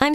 I'm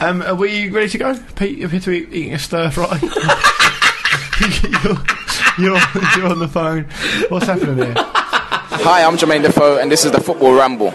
Um, are we ready to go? Pete, appear to be eating a stir fry. you're, you're, you're on the phone. What's happening here? Hi, I'm Jermaine Defoe, and this is the Football Ramble.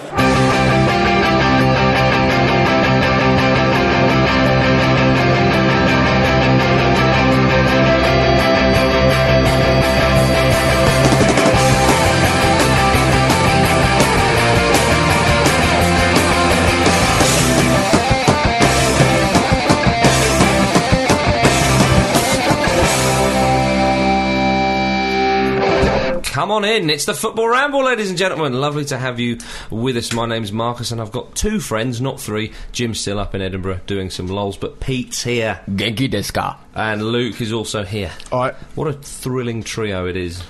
Come on in. It's the Football Ramble, ladies and gentlemen. Lovely to have you with us. My name's Marcus, and I've got two friends, not three. Jim's still up in Edinburgh doing some lols, but Pete's here. Genki desu ka? And Luke is also here. All right. What a thrilling trio it is.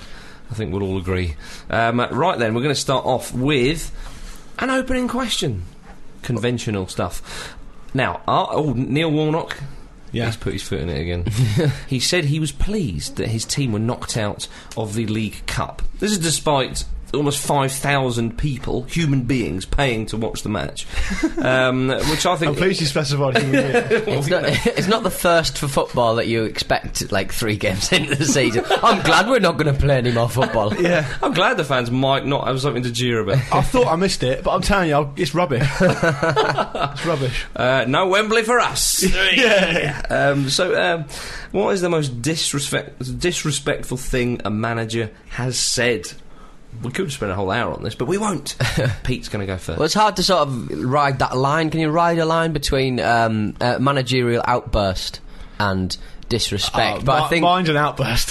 I think we'll all agree. Um, right then, we're going to start off with an opening question. Conventional stuff. Now, our, oh, Neil Warnock. Yeah. He's put his foot in it again. he said he was pleased that his team were knocked out of the League Cup. This is despite almost 5,000 people, human beings, paying to watch the match. um, which I think. I'm pleased you specified who we are. It's not, it's not the first for football that you expect like three games into the season. I'm glad we're not going to play any more football. Yeah. I'm glad the fans might not have something to jeer about. I thought I missed it, but I'm telling you, I'll- it's rubbish. it's rubbish. Uh, no Wembley for us. Yeah. Um, so, um, what is the most disrespect- disrespectful thing a manager has said? We could spend a whole hour on this, but we won't. Pete's going to go first. Well, it's hard to sort of ride that line. Can you ride a line between um, uh, managerial outburst and disrespect? Oh, but mi- I think, mine's an outburst.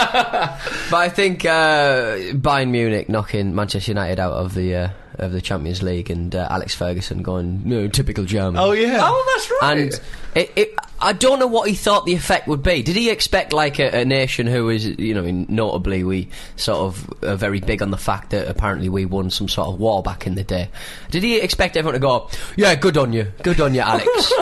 but I think uh, Bayern Munich knocking Manchester United out of the uh, of the Champions League and uh, Alex Ferguson going, no, typical German. oh yeah. that's And it, it, I don't know what he thought the effect would be. Did he expect like a, a nation who is, you know, notably we sort of are very big on the fact that apparently we won some sort of war back in the day. Did he expect everyone to go, yeah, good on you, good on you, Alex,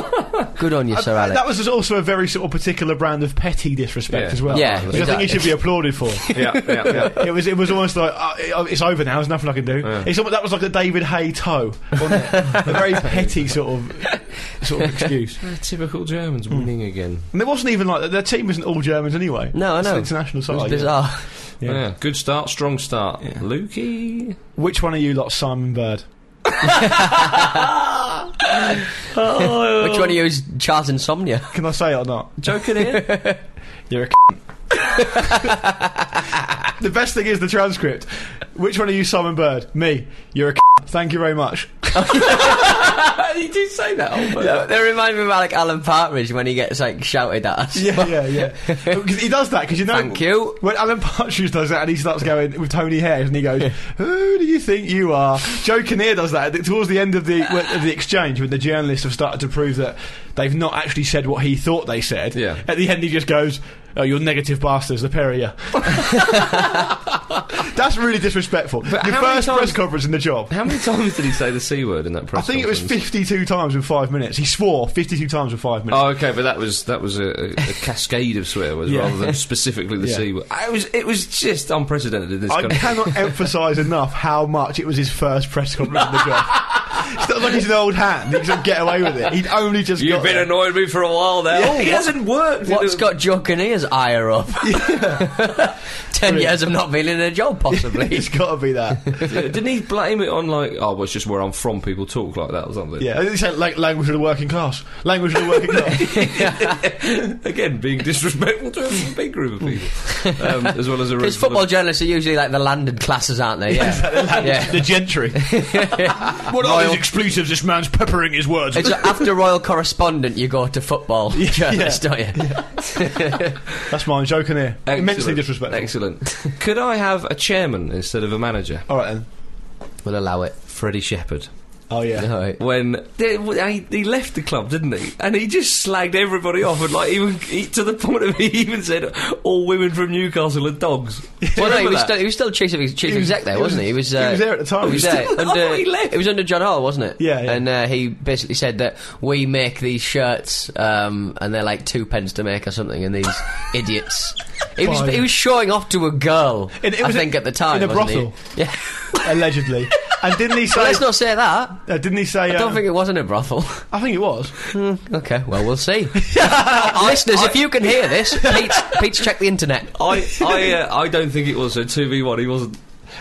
good on you, Sir Alex? That was also a very sort of particular brand of petty disrespect Yeah. as well. Yeah, which I think he exactly. should be applauded for. yeah, yeah, yeah. It was it was almost like uh, it- uh, it's over now. There's nothing I can do. It's almost, that was like the David Hay toe, wasn't it? a very petty sort of sort of excuse. Uh, Typical Germans Hmm. winning again. And it wasn't even like their team isn't all Germans anyway. no, I It's an know. international It side. was yeah. bizarre. Yeah. Yeah. good start, strong start. Lukey. Which one of you lot, Simon Bird? Which one of you is Charles Insomnia? Can I say it or not? Joking here. You're a. the best thing is the transcript. Which one of you, Simon Bird? Me. You're a. Thank you very much. you do say that, old Yeah. They remind me of Alec Alan Partridge when he gets like shouted at us. Yeah, yeah, yeah. 'Cause he does that because you know. Thank you. When Alan Partridge does that and he starts going with Tony Hares and he goes, "Who do you think you are?" Joe Kinnear does that at- towards the end of the of the exchange when the journalists have started to prove that they've not actually said what he thought they said. Yeah. At the end, he just goes. Oh, you're negative bastards, the pair of you. That's really disrespectful. Your how many first times- press conference in the job. How many times did he say the C word in that I press think it was conference? 52 times in five minutes. He swore 52 times in five minutes. Oh, okay, but that was that was a, a, a cascade of swear words Yeah. rather than specifically the Yeah. C word. It was it was just unprecedented in this I country. cannot emphasise enough how much it was his first press conference in the job. It's not like he's an old hand. He doesn't get away with it. He'd only just You've got been there. annoying me for a while now. Yeah. Oh, it What- hasn't worked. What's It- got Joe Kinnear's ire up? Ten years of not being in a job, possibly. It's got to be that. Didn't he blame it on like? Oh, well, it's just where I'm from. People talk like that or something. Yeah, it's like language of the working class. Language of the working class. Again, being disrespectful to a big group of people, um, as well as a Because football journalists are usually like the landed classes, aren't they? Yeah. yeah. the gentry. what are these expletives this man's peppering his words? It's like after royal correspondent, you go to football journalist, don't you? That's mine, Joe Kinnear. Immensely Excellent. disrespectful. Excellent. Could I have a chairman instead of a manager? All right then. We'll allow it. Freddie Shepherd. Oh yeah. All right. when they, w- he- he left the club, didn't he? And he just slagged everybody off, and like even he, to the point of he even said all women from Newcastle are dogs. Well, no, he was, that? still, he was still chief, ex- chief He was- exec there, he was- wasn't he? He was, he uh, was there at the time. He was He was there. still- under, Oh, he left. It was under John Hall, wasn't it? Yeah, yeah. And uh, he basically said that we make these shirts, um, and they're like two pence to make or something, and these idiots. He was, Fine. he was showing off to a girl, In- it I was think, a- at the time. in a wasn't he? brothel. Yeah. Allegedly. And didn't he say? Let's not say that. uh, didn't he say? I don't um, think it was in a brothel. I think it was. Okay, well, we'll see. Listeners, if you can hear this, Pete's, Pete's check the internet. I I, uh, I don't think it was a two v one. He wasn't.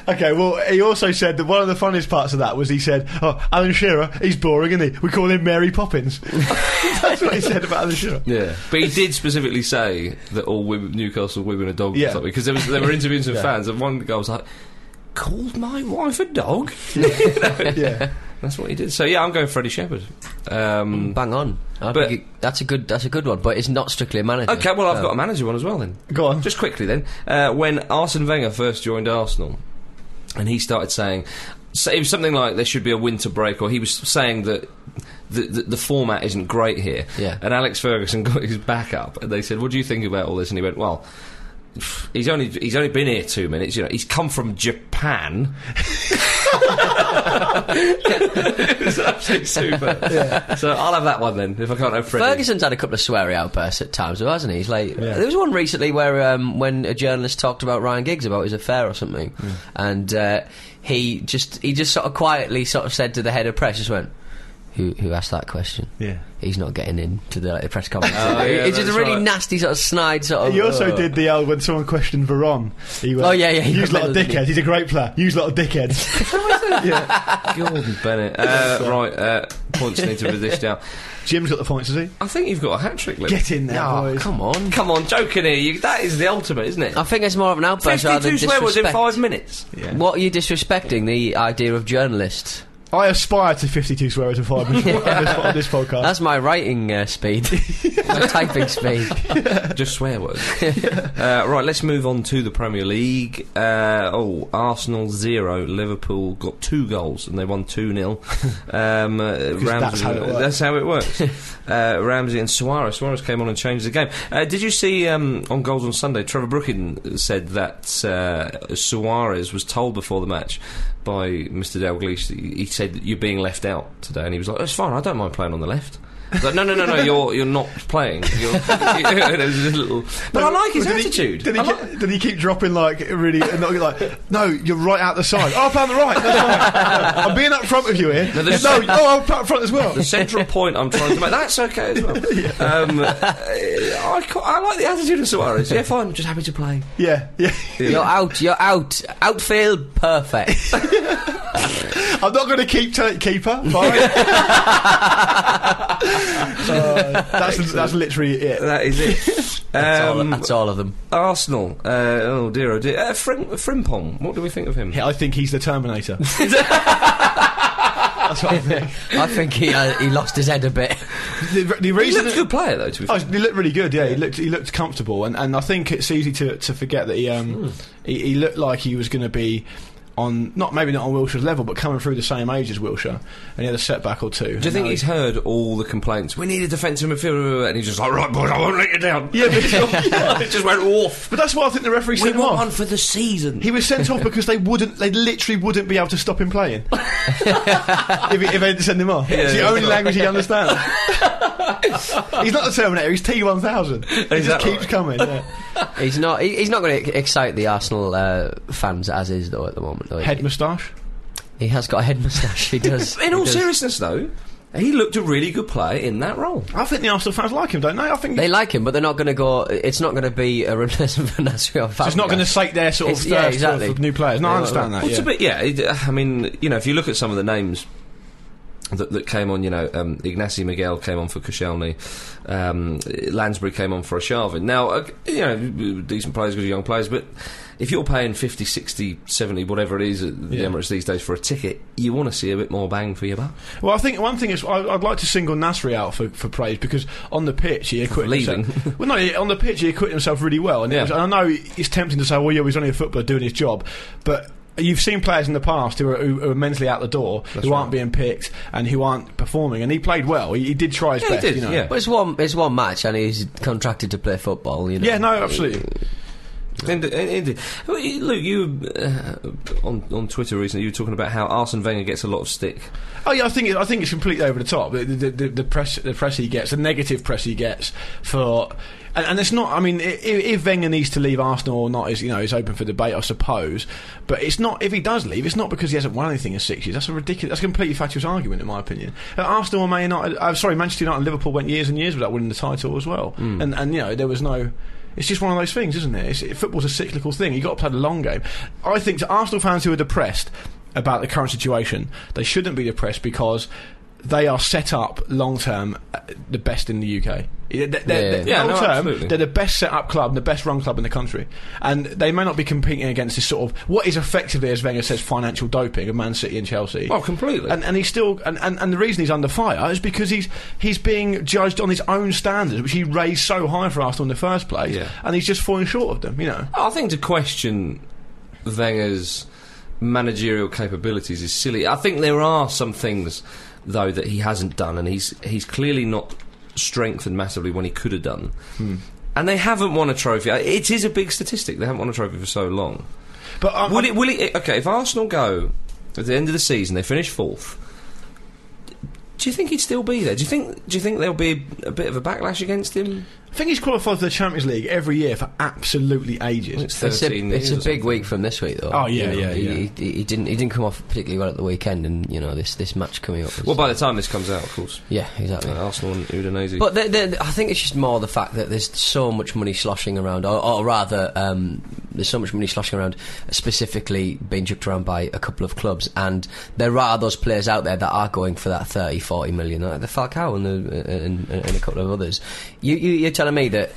Okay, well, he also said that one of the funniest parts of that was he said, "Oh, Alan Shearer, he's boring, isn't he? We call him Mary Poppins." That's what he said about Alan Shearer. Yeah, but he did specifically say that all women, Newcastle women are dogs. Yeah. or something because there was there were interviews with Yeah. fans, and one guy was like, "Called my wife a dog." Yeah, That's what he did. So yeah, I'm going Freddie Shepherd. Um, Bang on. I But- think it- that's a good that's a good one, but it's not strictly a manager. okay, well I've got a manager one as well then. go on. Just quickly then, uh, when Arsene Wenger first joined Arsenal, and he started saying, so it was something like there should be a winter break, or he was saying that the, the, the format isn't great here. Yeah. And Alex Ferguson got his back up, and they said, "What do you think about all this?" And he went, "Well." pff, He's only he's only been here two minutes. You know, he's come from Japan. it's absolutely super. So I'll have that one then. If I can't have Freddie. Ferguson's had a couple of sweary outbursts at times, though, hasn't he? He's like, Yeah. there was one recently where um, when a journalist talked about Ryan Giggs about his affair or something, Hmm. and uh, he just he just sort of quietly sort of said to the head of press, just went, "Who who asked that question?" Yeah. He's not getting in to the, like, the press conference. Oh, yeah, it's just a that's really right. nasty sort of snide sort of. He also uh, did the old when someone questioned Veron. He went, Oh, yeah, yeah, he Use got lot of middle- dickheads. He's a great player. Use lot of dickheads. Gordon Bennett. Uh, right, uh, points need to be dished out. Jim's got the points, has he? I think you've got a hat trick, Luke. Get in there, Oh, boys. come on. Come on, joking here. You, that is the ultimate, isn't it? I think it's more of an outburst rather than 52 swear words in disrespect. five minutes. Yeah. What are you disrespecting? The idea of journalists. I aspire to 52 swear words in five minutes on, this, on this podcast. That's my writing uh, speed. my typing speed. Just swear words. uh, right, let's move on to the Premier League. Uh, oh, Arsenal zero. Liverpool got two goals and they won 2 0. Um, uh, Ramsey, that's how it works. That's how it works. uh, Ramsey and Suarez. Suarez came on and changed the game. Uh, did you see um, on Goals on Sunday, Trevor Brookin said that uh, Suarez was told before the match by Mr. Dalglish, he said, You're being left out today. And he was like, It's fine, I don't mind playing on the left. He's Like, no, no, no, no! You're you're not playing. You're, it was just a little, but I like his Did he- attitude. did, he, I ke- like- did he keep dropping like really? And not like, no, you're right out the side. Oh, I play on the right. That's fine. I'm being up front with you here. No, there's- oh, I'm up front as well. the central point I'm trying to make. That's okay as well. Um, uh, I, ca- I like the attitude of Suarez. Yeah, fine. Just happy to play. Yeah, yeah. You're out. You're out. Outfield perfect. I'm not going to keep t- keeper. Fine. Uh, that's that's literally it. That is it. That's, all, Um, that's all of them. Arsenal. Uh, oh dear, oh dear. Uh, Frim- Frimpong. What do we think of him? I think he's the Terminator. that's what I think. I think he uh, he lost his head a bit. The, the He's reason a good player though. To be Oh, fair. he looked really good. Yeah, he looked he looked comfortable, and, and I think it's easy to, to forget that he Hmm. um he, he looked like he was going to be on not maybe not on Wilshire's level, but coming through the same age as Wilshire, and he had a setback or two. do you think he's heard all the complaints? We need a defensive midfielder, and he's just like, right, boys, I won't let you down. Yeah, but, yeah. it just went off. but that's why I think the referee We sent him want off. one for the season. He was sent off because they wouldn't, they literally wouldn't be able to stop him playing if, he- if they didn't send him off. it's the yeah. only language he understands. he's not the Terminator. He's T one thousand. He Is that just keeps right? coming. Yeah. He's not. He, he's not going to excite the Arsenal uh, fans as is though at the moment. Though. Head He, moustache. he has got a head moustache. He does. In He all does. seriousness, though, he looked a really good player in that role. I think the Arsenal fans like him, don't they? I think They like him, but they're not going to go. It's not going to be a replacement for Nasri or So it's not going to Fabregas. sake their sort of It's- thirst yeah, for- exactly. for, new players. No, I Yeah, understand well, that. Well, yeah. it's a bit, yeah. It, I mean, you know, if you look at some of the names that, that came on, you know, um, Ignacy Miguel came on for Koscielny, um, Lansbury came on for Ashavin. Now, uh, you know, decent players, good young players, but if you're paying 50, 60, 70, whatever it is at the Yeah. Emirates these days for a ticket, you want to see a bit more bang for your buck. Well, I think one thing is I, I'd like to single Nasri out for, for praise because on the pitch he acquitted leaving. himself. Well, no, he- on the pitch he acquitted himself really well, and, it Yeah. was, and I know it's tempting to say, well, yeah, he's only a footballer doing his job, but you've seen players in the past who are, who who are mentally out the door, who aren't being picked, and who aren't performing. And he played well. He, he did try his Yeah, he best. did, you know. yeah. But it's one, it's one match, and he's contracted to play football. You know. Yeah, no, absolutely. And, and, and- well, you- Luke, you uh, on on Twitter recently you were talking about how Arsene Wenger gets a lot of stick. Oh yeah, I think it, I think it's completely over the top. The, the, the, the press the press he gets, the negative press he gets for, and, and it's not. I mean, i- if, if Wenger needs to leave Arsenal or not is you know is open for debate, I suppose. But it's not if he does leave, it's not because he hasn't won anything in six years. That's a ridiculous, that's a completely fatuous argument in my opinion. Uh, Arsenal and Man United, uh, sorry, Manchester United and Liverpool went years and years without winning the title as well, and and you know there was no. It's just one of those things, isn't it? It's, it football's a cyclical thing. You've got to play the long game. I think to Arsenal fans who are depressed about the current situation, they shouldn't be depressed because they are set up long term uh, the best in the UK. They're, they're- they're- Yeah, long no, term, absolutely. they're the best set up club and the best run club in the country. And they may not be competing against this sort of what is effectively, as Wenger says, financial doping of Man City and Chelsea. Oh, completely. And, and he's still and, and, and the reason he's under fire is because he's he's being judged on his own standards, which he raised so high for Arsenal in the first place, Yeah. and he's just falling short of them. You know. I think to question Wenger's managerial capabilities is silly. I think there are some things though that he hasn't done, and he's he's clearly not strengthened massively when he could have done. Hmm. And they haven't won a trophy. Uh, It is a big statistic. They haven't won a trophy for so long. But uh, I, Will it? Will it? uh, Okay, if Arsenal go at the end of the season, they finish fourth. Do you think he'd still be there? Do you think? Do you think there'll be a bit of a backlash against him? I think he's qualified for the Champions League every year for absolutely ages. It's It's a, 13 it's a years or big something. week from this week, though. Oh, yeah, You know, yeah, he, yeah. He, he didn't. He didn't come off particularly well at the weekend, and you know this this match coming up. is- Well, by the time this comes out, of course, yeah, exactly. uh, Arsenal and Udinese. But the, the, I think it's just more the fact that there's so much money sloshing around, or, or rather, um, there's so much money sloshing around, specifically being jumped around by a couple of clubs, and there are those players out there that are going for that 30, 40 million, like the Falcao and, the, and, and, and a couple of others. You, you, you're telling me that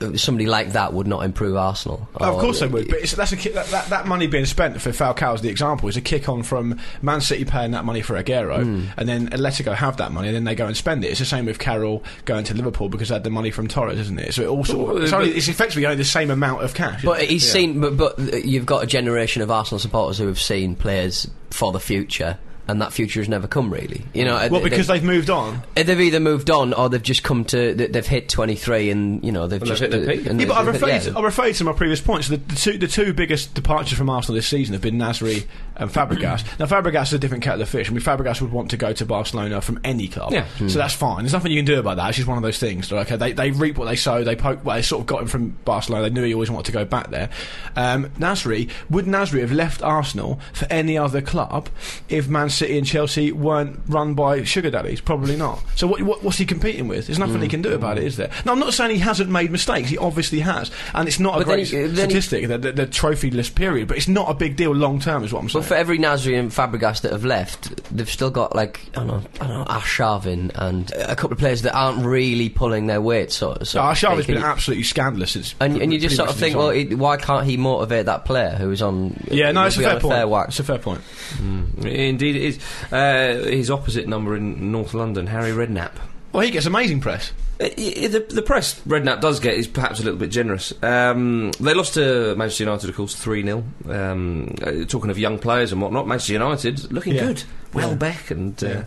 uh, somebody like that would not improve Arsenal? Oh, of Or- course they would, but it's, that's a ki- that, that, that money being spent for Falcao is the example. It's a kick on from Man City paying that money for Aguero, and then Atletico have that money, and then they go and spend it. It's the same with Carroll going to Liverpool because they had the money from Torres, isn't it? So it all sort of, it's, only, it's effectively only the same amount of cash. But he's seen, but, but uh, you've got a generation of Arsenal supporters who have seen players for the future, and that future has never come really. You know, well, they- because they- they've moved on. Eh, they've either moved on or they've just come to they- they've hit 23 and you know they've Well, just they've hit their uh, peak. and Yeah, but I they've hit- referred, yeah. I referred to my previous points. The, the, two, the two biggest departures from Arsenal this season have been Nasri and Fabregas. now, Fabregas is a different kettle of fish. I mean, Fabregas would want to go to Barcelona from any club. Yeah. Hmm. So that's fine. There's nothing you can do about that. It's just one of those things. Like, okay, they, they reap what they sow. They poke. Well, they sort of got him from Barcelona. They knew he always wanted to go back there. Um, Nasri, would Nasri have left Arsenal for any other club if Man City and Chelsea weren't run by sugar daddies? Probably not. So what, what, what's he competing with? There's nothing he Mm. can do about it, is there? Now, I'm not saying he hasn't made mistakes. He obviously has, and it's not a But then great he- then he- statistic the, the, the trophyless period. But it's not a big deal long term, is what I'm saying. But for every Nasri and Fabregas that have left, they've still got like I don't know, I don't know Ash Sharvin and a couple of players that aren't really pulling their weight. So, so Oh, to Arshav's speak. been And- absolutely scandalous. Since and, and you pretty just sort much of think, since well, on. it, why can't he motivate that player who is on? yeah, no, he'll it's a be on fair a fair point. whack? It's a fair point. Indeed, it is. Uh, his opposite number in North London, Harry Redknapp. Well, he gets amazing press. Uh, y- y- The, the press Redknapp does get is perhaps a little bit generous. Um, they lost to Manchester United, of course, 3 0. Um, uh, talking of young players and whatnot, Manchester United looking Yeah. good. Welbeck and. Uh, Yeah.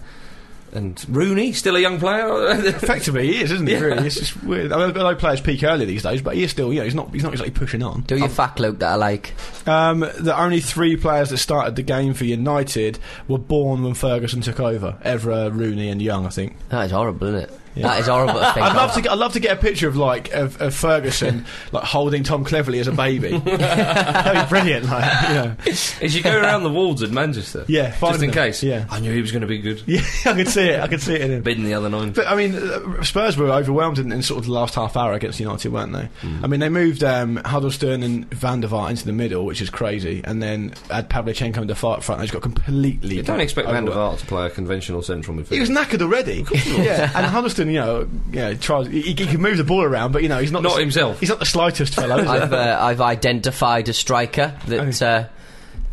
And Rooney, still a young player. Effectively, he is, isn't he? Really, it's just weird. I mean, I know players peak early these days, but he is still, you know, he's not, he's not exactly pushing on. Do your fact, Luke, that I like. Um, the only three players that started the game for United were born when Ferguson took over: Evra, Rooney, and Young. I think. That is horrible, isn't it? That is horrible to think I'd love of. to, get, I'd love to get a picture of like of, of Ferguson like holding Tom Cleverly as a baby. That'd be brilliant. Like, you know. As you go around the walls in Manchester. Yeah, Just find in them. case. Yeah. I knew he was going to be good. yeah, I could see it. I could see it in him. Bidding the other nine. But I mean, uh, Spurs were overwhelmed in, in sort of the last half hour against United, weren't they? I mean, they moved um, Huddleston and Van der Vaart into the middle, which is crazy, and then had Pavlichenko and the front, and they just got completely. you don't expect Van der overwhelmed. Vaart to play a conventional central midfielder. He was knackered already. yeah, and Huddleston, you know, yeah, tries. He, he can move the ball around, but you know, he's not Not the, himself. He's not the slightest fellow. Is he? I've, uh, I've identified a striker that Okay. uh,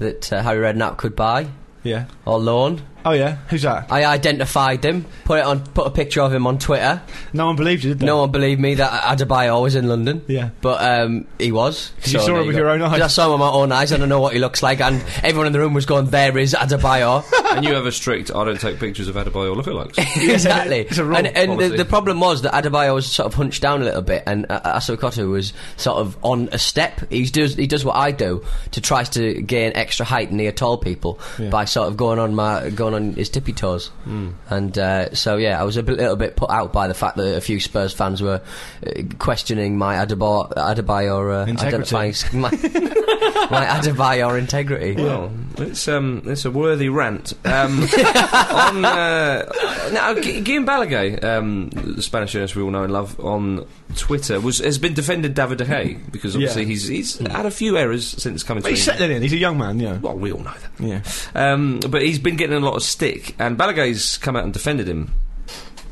that uh, Harry Redknapp could buy yeah. or loan. Oh yeah, who's that? I identified him, put it on, put a picture of him on Twitter. No one believed you, did they? No one believed me that Adebayor was in London. Yeah. but um, he was. 'Cause you saw there him with your own eyes. I saw him with my own eyes. I don't know what he looks like, and everyone in the room was going, "There is Adebayor." and you have a strict I don't take pictures of Adebayo lookalikes. exactly. it's a rule and and the, policy. the problem was that Adebayo was sort of hunched down a little bit, and uh, Asokatu was sort of on a step. He does he does what I do to tries to gain extra height near tall people by sort of going on my going on his tippy toes. Hmm. And uh, so yeah, I was a bit, little bit put out by the fact that a few Spurs fans were uh, questioning my Adebayo, Adebayo uh, Integrity. identifying s- my, my Adebayo integrity. Well, it's um, it's a worthy rant. Um, on uh, now, Gu- Guillaume Balaguer, um, the Spanish journalist we all know and love, on Twitter was has been defending David De Gea because obviously Yeah. he's he's had a few errors since coming. But to he's England. settling in. He's a young man. Yeah. Well, we all know that. Yeah. Um, but he's been getting a lot of stick, and Balaguer's come out and defended him.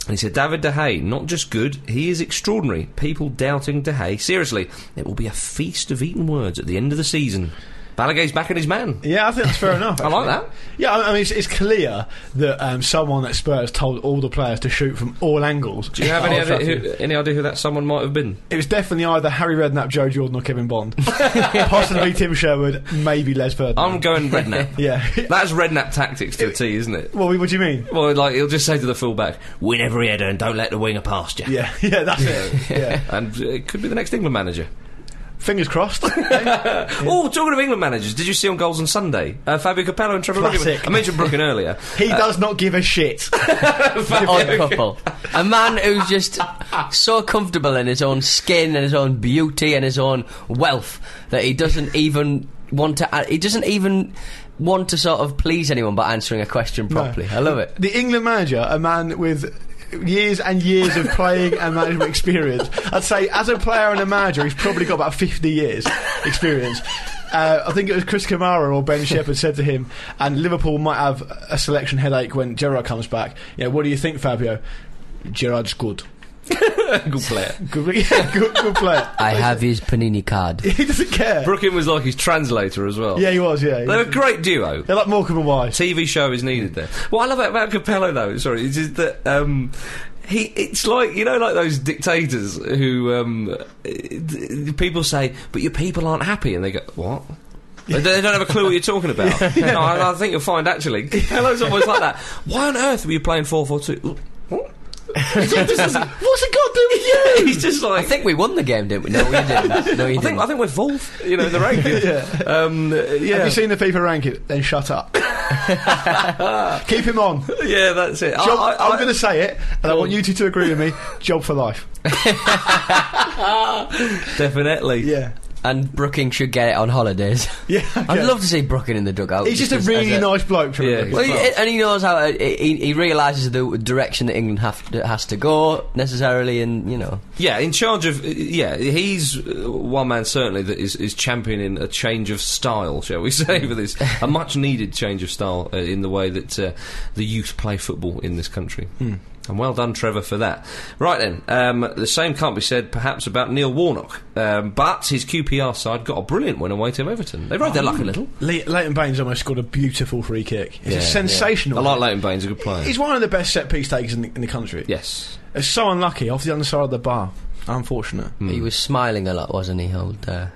And he said, David De Gea, not just good, he is extraordinary. People doubting De Gea, seriously, it will be a feast of eaten words at the end of the season. Balaguer's backing his man. Yeah, I think that's fair enough. I like actually. that. Yeah, I I mean, it's, it's clear that um, someone at Spurs told all the players to shoot from all angles. Do Oh, you have any Old idea, Trafford. who, any idea who that someone might have been? It was definitely either Harry Redknapp, Joe Jordan, or Kevin Bond. Possibly Tim Sherwood, maybe Les Ferdinand. I'm going Redknapp. yeah. That's Redknapp tactics to a T, isn't it? well, what do you mean? Well, like he'll just say to the fullback, "Win every header and don't let the winger past you." Yeah, yeah, that's it. Yeah. And uh, it could be the next England manager. Fingers crossed. Oh, talking of England managers, did you see on goals on Sunday? Uh, Fabio Capello and Trevor Classic. Brooking. I mentioned Brooking earlier. he does not give a shit. odd couple. A man who's just so comfortable in his own skin and his own beauty and his own wealth that he doesn't even want to. He doesn't even want to sort of please anyone by answering a question properly. I love it. The England manager, a man with years and years of playing and management experience. I'd say as a player and a manager, he's probably got about 50 years experience. Uh, I think it was Chris Kamara or Ben Shepherd said to him, and Liverpool might have a selection headache when Gerard comes back. You know, what do you think, Fabio? Gerard's good. Good player. Good, yeah, good, good player. I have his panini card. He doesn't care. Brooking was like his translator as well. Yeah, he was, yeah. He They're a was. great duo. They're like Morecambe and Wise. TV show is needed there. What I love about Capello, though, sorry, is just that um, he it's like you know, like those dictators who um, d- d- people say, "But your people aren't happy," and they go, "What?" they don't they don't have a clue what you're talking about. No, I, I think you'll find actually, Capello's almost like that. Why on earth were you playing four four two? What? It's like, just- What's it got to do with you? He's just like I think we won the game, didn't we? No, you didn't. No, you I think, didn't. I think we're fourth, you know, in the rankings. Um, yeah. Have you seen the FIFA ranking? Then shut up. Keep him on. yeah, that's it. I- Job, Uh, I, I- I- am going to say it, and I Go want on. you two to agree with me. Job for life. definitely. Yeah. And Brooking should get it on holidays. Yeah, I'd okay. love to see Brooking in the dugout. He's just a as- as really nice bloke. Trevor Yeah, Brooking. Well, Well- he, and he knows how uh, he, he realizes the direction that England have to, has to go necessarily, and you know. Yeah, in charge of yeah, he's uh, one man certainly that is, is championing a change of style, shall we say, for this a much needed change of style uh, in the way that uh, the youth play football in this country. Hmm. And well done, Trevor, for that. Right then, um, the same can't be said perhaps about Neil Warnock, um, but his QPR side got a brilliant win away to Everton. They rode their luck a little. Le- Leighton Baines almost scored a beautiful free kick. It's a sensational. I like Leighton Baines, a good player. He's one of the best set piece takers in the, in the country. yes, It's so unlucky off the underside of the bar. Unfortunate. He was smiling a lot, wasn't he? Old. Uh,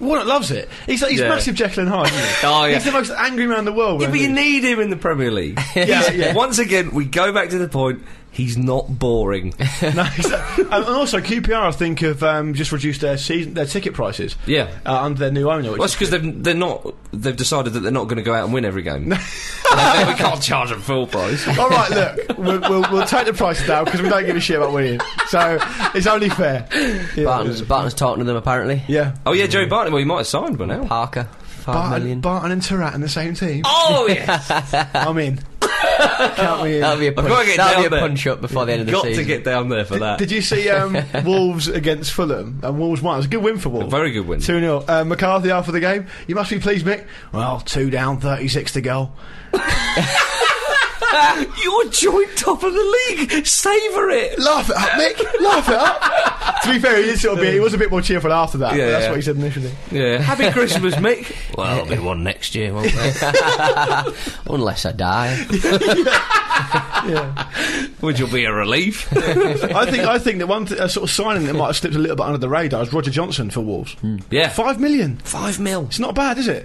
Warnock loves it. He's like, he's Yeah. massive Jekyll and Hyde. Isn't he? Oh, yeah. He's the most angry man in the world. yeah, when but he- you need him in the Premier League. Yeah, yeah. Once again, we go back to the point. He's not boring. no, exactly. and and also QPR, I think, have um, just reduced their season, their ticket prices. Yeah. uh, under their new owner. Which Well, it's because they've they're not they've decided that they're not going to go out and win every game. They think we can't charge them full price. all right, look, we'll, we'll, we'll take the prices down because we don't give a shit about winning. So it's only fair. Yeah, Barton's, Barton's talking to them apparently. yeah. Oh yeah, Joe Barton. Well, he might have signed by now. Parker, five Barton, million. Barton and Tarat in the same team. Oh yes, I'm in. Count me in. That'll be a I've gotta punch. get That'll be down a there. punch up before the end of the got season. to get down there for that. Did you see um, Wolves against Fulham? And Wolves won. It was a good win for Wolves. Very good win. 2 0. Uh, McCarthy after the game. You must be pleased, Mick. Well, two down, 36 to go. You're joint top of the league. Savour it. Laugh it up, Mick. Laugh it up. to be fair, he did sort of be, he was a bit more cheerful after that. Yeah, but that's yeah. what he said initially. Yeah. Happy Christmas, Mick. Well, there'll be one next year, won't there? Unless I die. Which will be a relief. I think I think that one th- a sort of signing that might have slipped a little bit under the radar is Roger Johnson for Wolves. yeah. Hmm. Five million. Five mil. It's not bad, is it?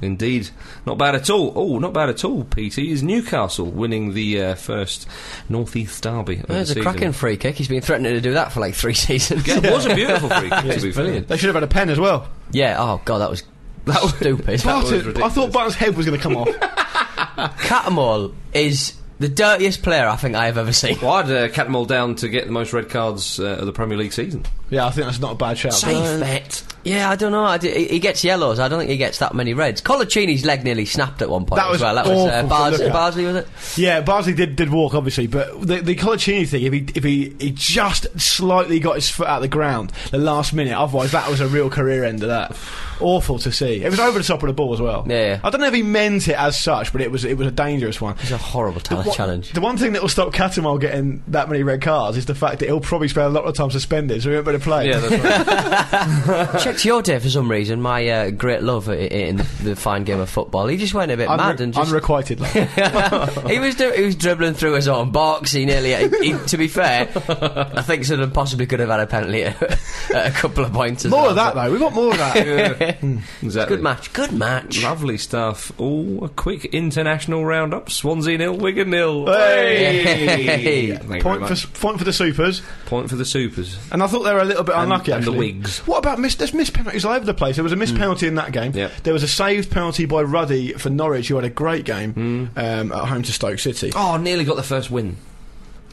Indeed, not bad at all. Oh, not bad at all. PT is Newcastle winning the uh, first North East derby. of There's Oh, the a season. cracking free kick. He's been threatening to do that for like three seasons. Yeah, it was a beautiful free kick. to be fair. They should have had a pen as well. Yeah, oh god, that was that was stupid. was Barton, I ridiculous. thought Barton's head was going to come off. Catamol is the dirtiest player I think I have ever seen. Well, I'd uh, cat them all down to get the most red cards uh, of the Premier League season. yeah, I think that's not a bad shout. Safe bet. Yeah, I don't know. I d- he he gets yellows. I don't think he gets that many reds. Colaccini's leg nearly snapped at one point That as was well. That awful to was uh, look Bars- at. Barsley, was it? Yeah, Barnsley did, did walk obviously, but the the Colaccini thing, if he if he, he just slightly got his foot out of the ground the last minute, otherwise that was a real career ender. That awful to see. It was over the top of the ball as well. Yeah, yeah. I don't know if he meant it as such, but it was it was a dangerous one. It's a horrible The one- talent challenge. The one thing that will stop Catamol getting that many red cards is the fact that he'll probably spend a lot of time suspended, so he won't be able to play. Yeah, that's right. Checked your day for some reason. My uh, great love i- i- in the fine game of football. He just went a bit Unre- mad and just unrequited love. he was do- he was dribbling through his own box. He nearly. He, he- to be fair, I think Sunderland possibly could have had a penalty at, at a couple of points. as more well, of that but- though. We want more of that. exactly. Good match. Good match. Lovely stuff. Oh, a quick international roundup. Swansea nil, Wigan nil. Hey! Hey! Thank you very point for much. s- point for the supers. Point for the supers. And I thought they were a little bit unlucky. and the Mm. actually. wigs. What about miss? There's missed penalties all over the place. There was a missed penalty in that game. Yep. There was a saved penalty by Ruddy for Norwich, who had a great game um, at home to Stoke City. Mm. Oh, nearly got the first win.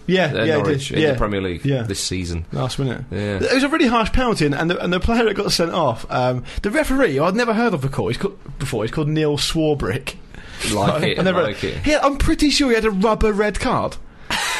yeah, yeah, Uh, it Norwich did. in yeah, the Premier League Yeah. this season. last minute. Yeah. It was a really harsh penalty, and, and, the, and the player that got sent off, um, the referee, who I'd never heard of before. He's called, before. He's called Neil Swarbrick. Like it, I never, like it. He had- I'm pretty sure he had a rubber red card.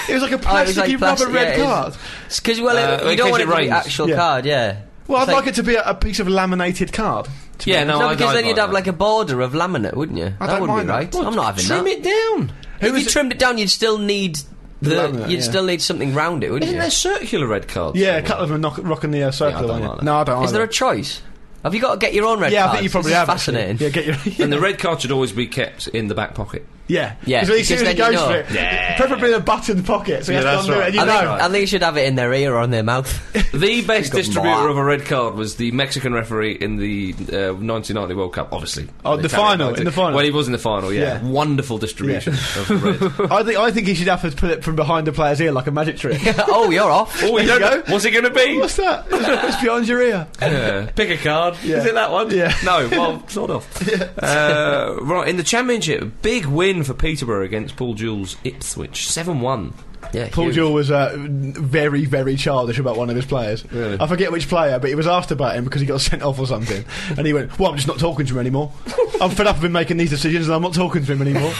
It was like a Oh, it was plasticky like plastic- rubber red yeah, it card. is. Because well, Uh, it- in you don't case want it it to be rains. actual Yeah. card. Yeah. Well, I'd It's like it to be a, a piece of laminated card. Yeah, no, No, I because I'd then you'd like have that. like a border of laminate, wouldn't you? I that don't mind wouldn't be that. right. Well, I'm not having Trim that. it down. Who if you is it- trimmed it down, you'd still need the, laminate, you'd yeah. still need something round it, wouldn't Isn't you? there circular red cards? Yeah, a couple of them knock, rocking the uh, Yeah, I circle don't on like it. that. No, I don't. Is there a either. choice? Have you got to get your own red yeah, I cards? think you probably This is have. actually. Fascinating. Yeah, get your And the red card should always be kept in the back pocket. yeah, Yeah, Because when he because seriously then goes you for know. it, preferably in a buttoned pocket, so he Yeah, has that's to undo right. it. And you I think, know, I think you should have it in their ear or in their mouth. The best Got distributor more. of a red card was the Mexican referee in the uh, 1990 World Cup, obviously. Oh, An the Italian final, fighter. in the final. Well, he was in the final, yeah. Yeah. Wonderful distribution of red. I think I think he should have to put it from behind the player's ear like a magic trick. oh, you're off. Oh, you There you don't- go. What's it going to be? What's that? it's beyond your ear. Yeah. Pick a card. Yeah. Is it that one? Yeah. No, well, sort of. Uh, right, in the Championship, big win for Peterborough against Paul Jules Ipswich. 7 1. Yeah, Paul huge. Jewell was uh, very, very childish about one of his players. Really? I forget which player, but he was asked about him because he got sent off or something. and he went, Well, I'm just not talking to him anymore. I'm fed up of him making these decisions and I'm not talking to him anymore.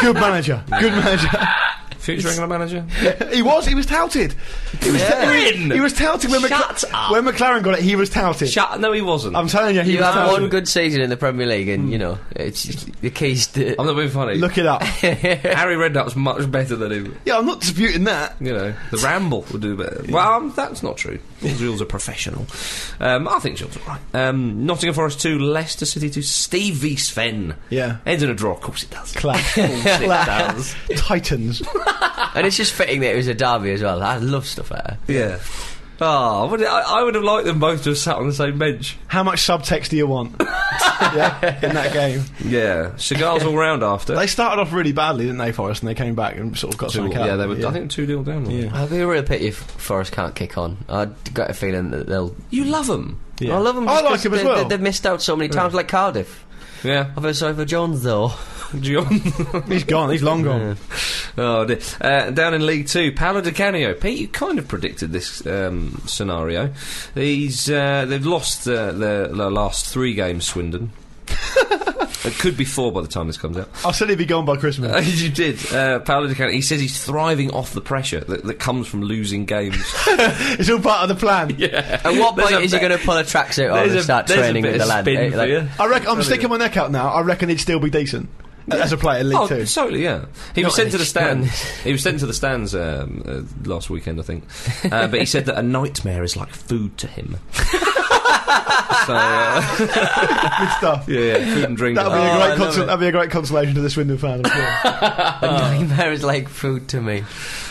Good manager. Good manager. Future England manager? he was, he was touted. He was, Yeah. Win! he was touted when, Shut up. when McLaren got it, he was touted. Shut, no, he wasn't. I'm telling you, he You was have touted. one good season in the Premier League, Hmm. and you know it's the keys. To, I'm not being funny. Look it up. Harry Redknapp's much better than him. yeah, I'm not disputing that. You know, the ramble would do better. Well, um, that's not true. Jules are professional. Um, I think Jules are right. Um, Nottingham Forest 2, Leicester City 2, Stevie Sven. Yeah. Ends in a draw. Of course it does. Clash. Clash. Titans. and it's just fitting that it was a derby as well. I love stuff like that. Yeah. Ah, I would- I, I would have liked them both to have sat on the same bench. How much subtext do you want? yeah, in that game. Yeah. Cigars all round after. They started off really badly, didn't they, Forrest? And they came back and sort of got Two- something out. yeah, of they it, were, I think, 2 deal down. Yeah. I'd be a real pity if Forest can't kick on. I've got a feeling that they'll. You love them. Yeah. I love them. I like 'em as well. They, have missed out so many times, like Cardiff. Yeah. I've heard sorry for Jones though. John. He's gone. He's long gone. Oh, dear. Uh, down in League Two, Paolo Di Canio. Pete, you kind of predicted this um, scenario. He's uh, they've lost uh, their, their last three games. Swindon. it could be four by the time this comes out. I said he'd be gone by Christmas. Uh, you did, uh, Paolo Di Canio. He says he's thriving off the pressure that, that comes from losing games. it's all part of the plan. At what There's point a is he bit- going to pull a tracksuit on There's and a- Oh, start there's a training bit with the of lad? spin eh, for like- you. I reckon I'm sticking my neck out now. I reckon he'd still be decent. as a player in League Oh, Two. totally, yeah. He was Not sent an to the extreme. stands. He was sent to the stands um, uh, last weekend, I think. Uh, but he said that a nightmare is like food to him. so uh, Good stuff. yeah, yeah, food and drink. That'll be, Oh, a I great love consol- it. that'll be a great consolation to the Swindon fan. I'm sure. A Ah. nightmare is like food to me.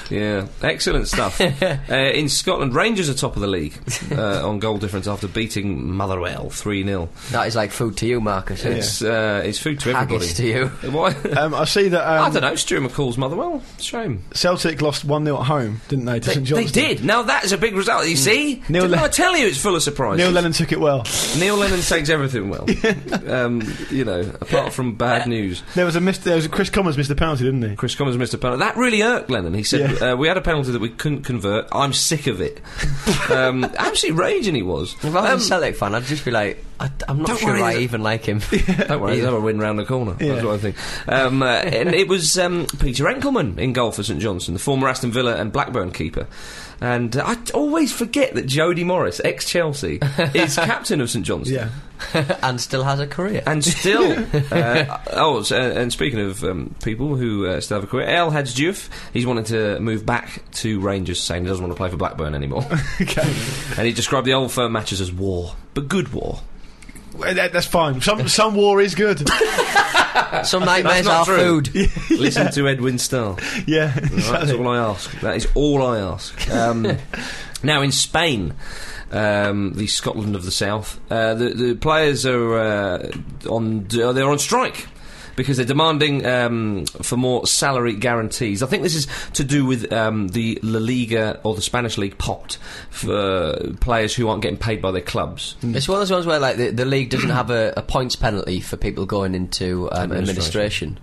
Yeah, excellent stuff. uh, in Scotland, Rangers are top of the league uh, on goal difference after beating Motherwell three 0 That is like food to you, Marcus. It's It's uh, it's food to everybody. haggis to you. Why? um, I see that I um, don't know. Stuart McCall's Motherwell. Shame. Celtic lost one 0 at home, didn't they? To They, St Johnstone. they did. Now that is a big result. You see, Neil didn't Le- I tell you it's full of surprises? Neil Lennon took it well. Neil Lennon takes everything well. um, you know, apart from bad news. There was a missed, there was a Chris Commons missed a penalty, didn't he? Chris Commons missed a penalty. That really irked Lennon. He said, uh, We had a penalty that we couldn't convert. I'm sick of it. um, absolutely raging he was. If I was Um, a Celtic fan, I'd just be like, I, am not Don't sure worry, I there's a- even like him. Don't worry, they'll have a win round the corner. Yeah. That's what I think. Um, uh, and it was um, Peter Enkelman in goal for St Johnson, the former Aston Villa and Blackburn keeper. And uh, I t- always forget that Jody Morris, ex Chelsea, is captain of St Johnson. Yeah. and still has a career. And still, uh, oh, so, and speaking of um, people who uh, still have a career, El Hadjdiouf, he's wanted to move back to Rangers, saying he doesn't want to play for Blackburn anymore. Okay. and he described the old firm matches as war, but good war. Well, that- that's fine. Some some war is good. Some nightmares not are true. food. Listen to Edwin Starr. yeah. That's exactly. all I ask. That is all I ask. Um, now in Spain, um, the Scotland of the South, uh, the, the players are uh, on uh, they're on strike. Because they're demanding um, for more salary guarantees. I think this is to do with um, the La Liga or the Spanish League pot for players who aren't getting paid by their clubs. Mm. It's one of those ones where like the, the league doesn't have a, a points penalty for people going into um, Administration. administration.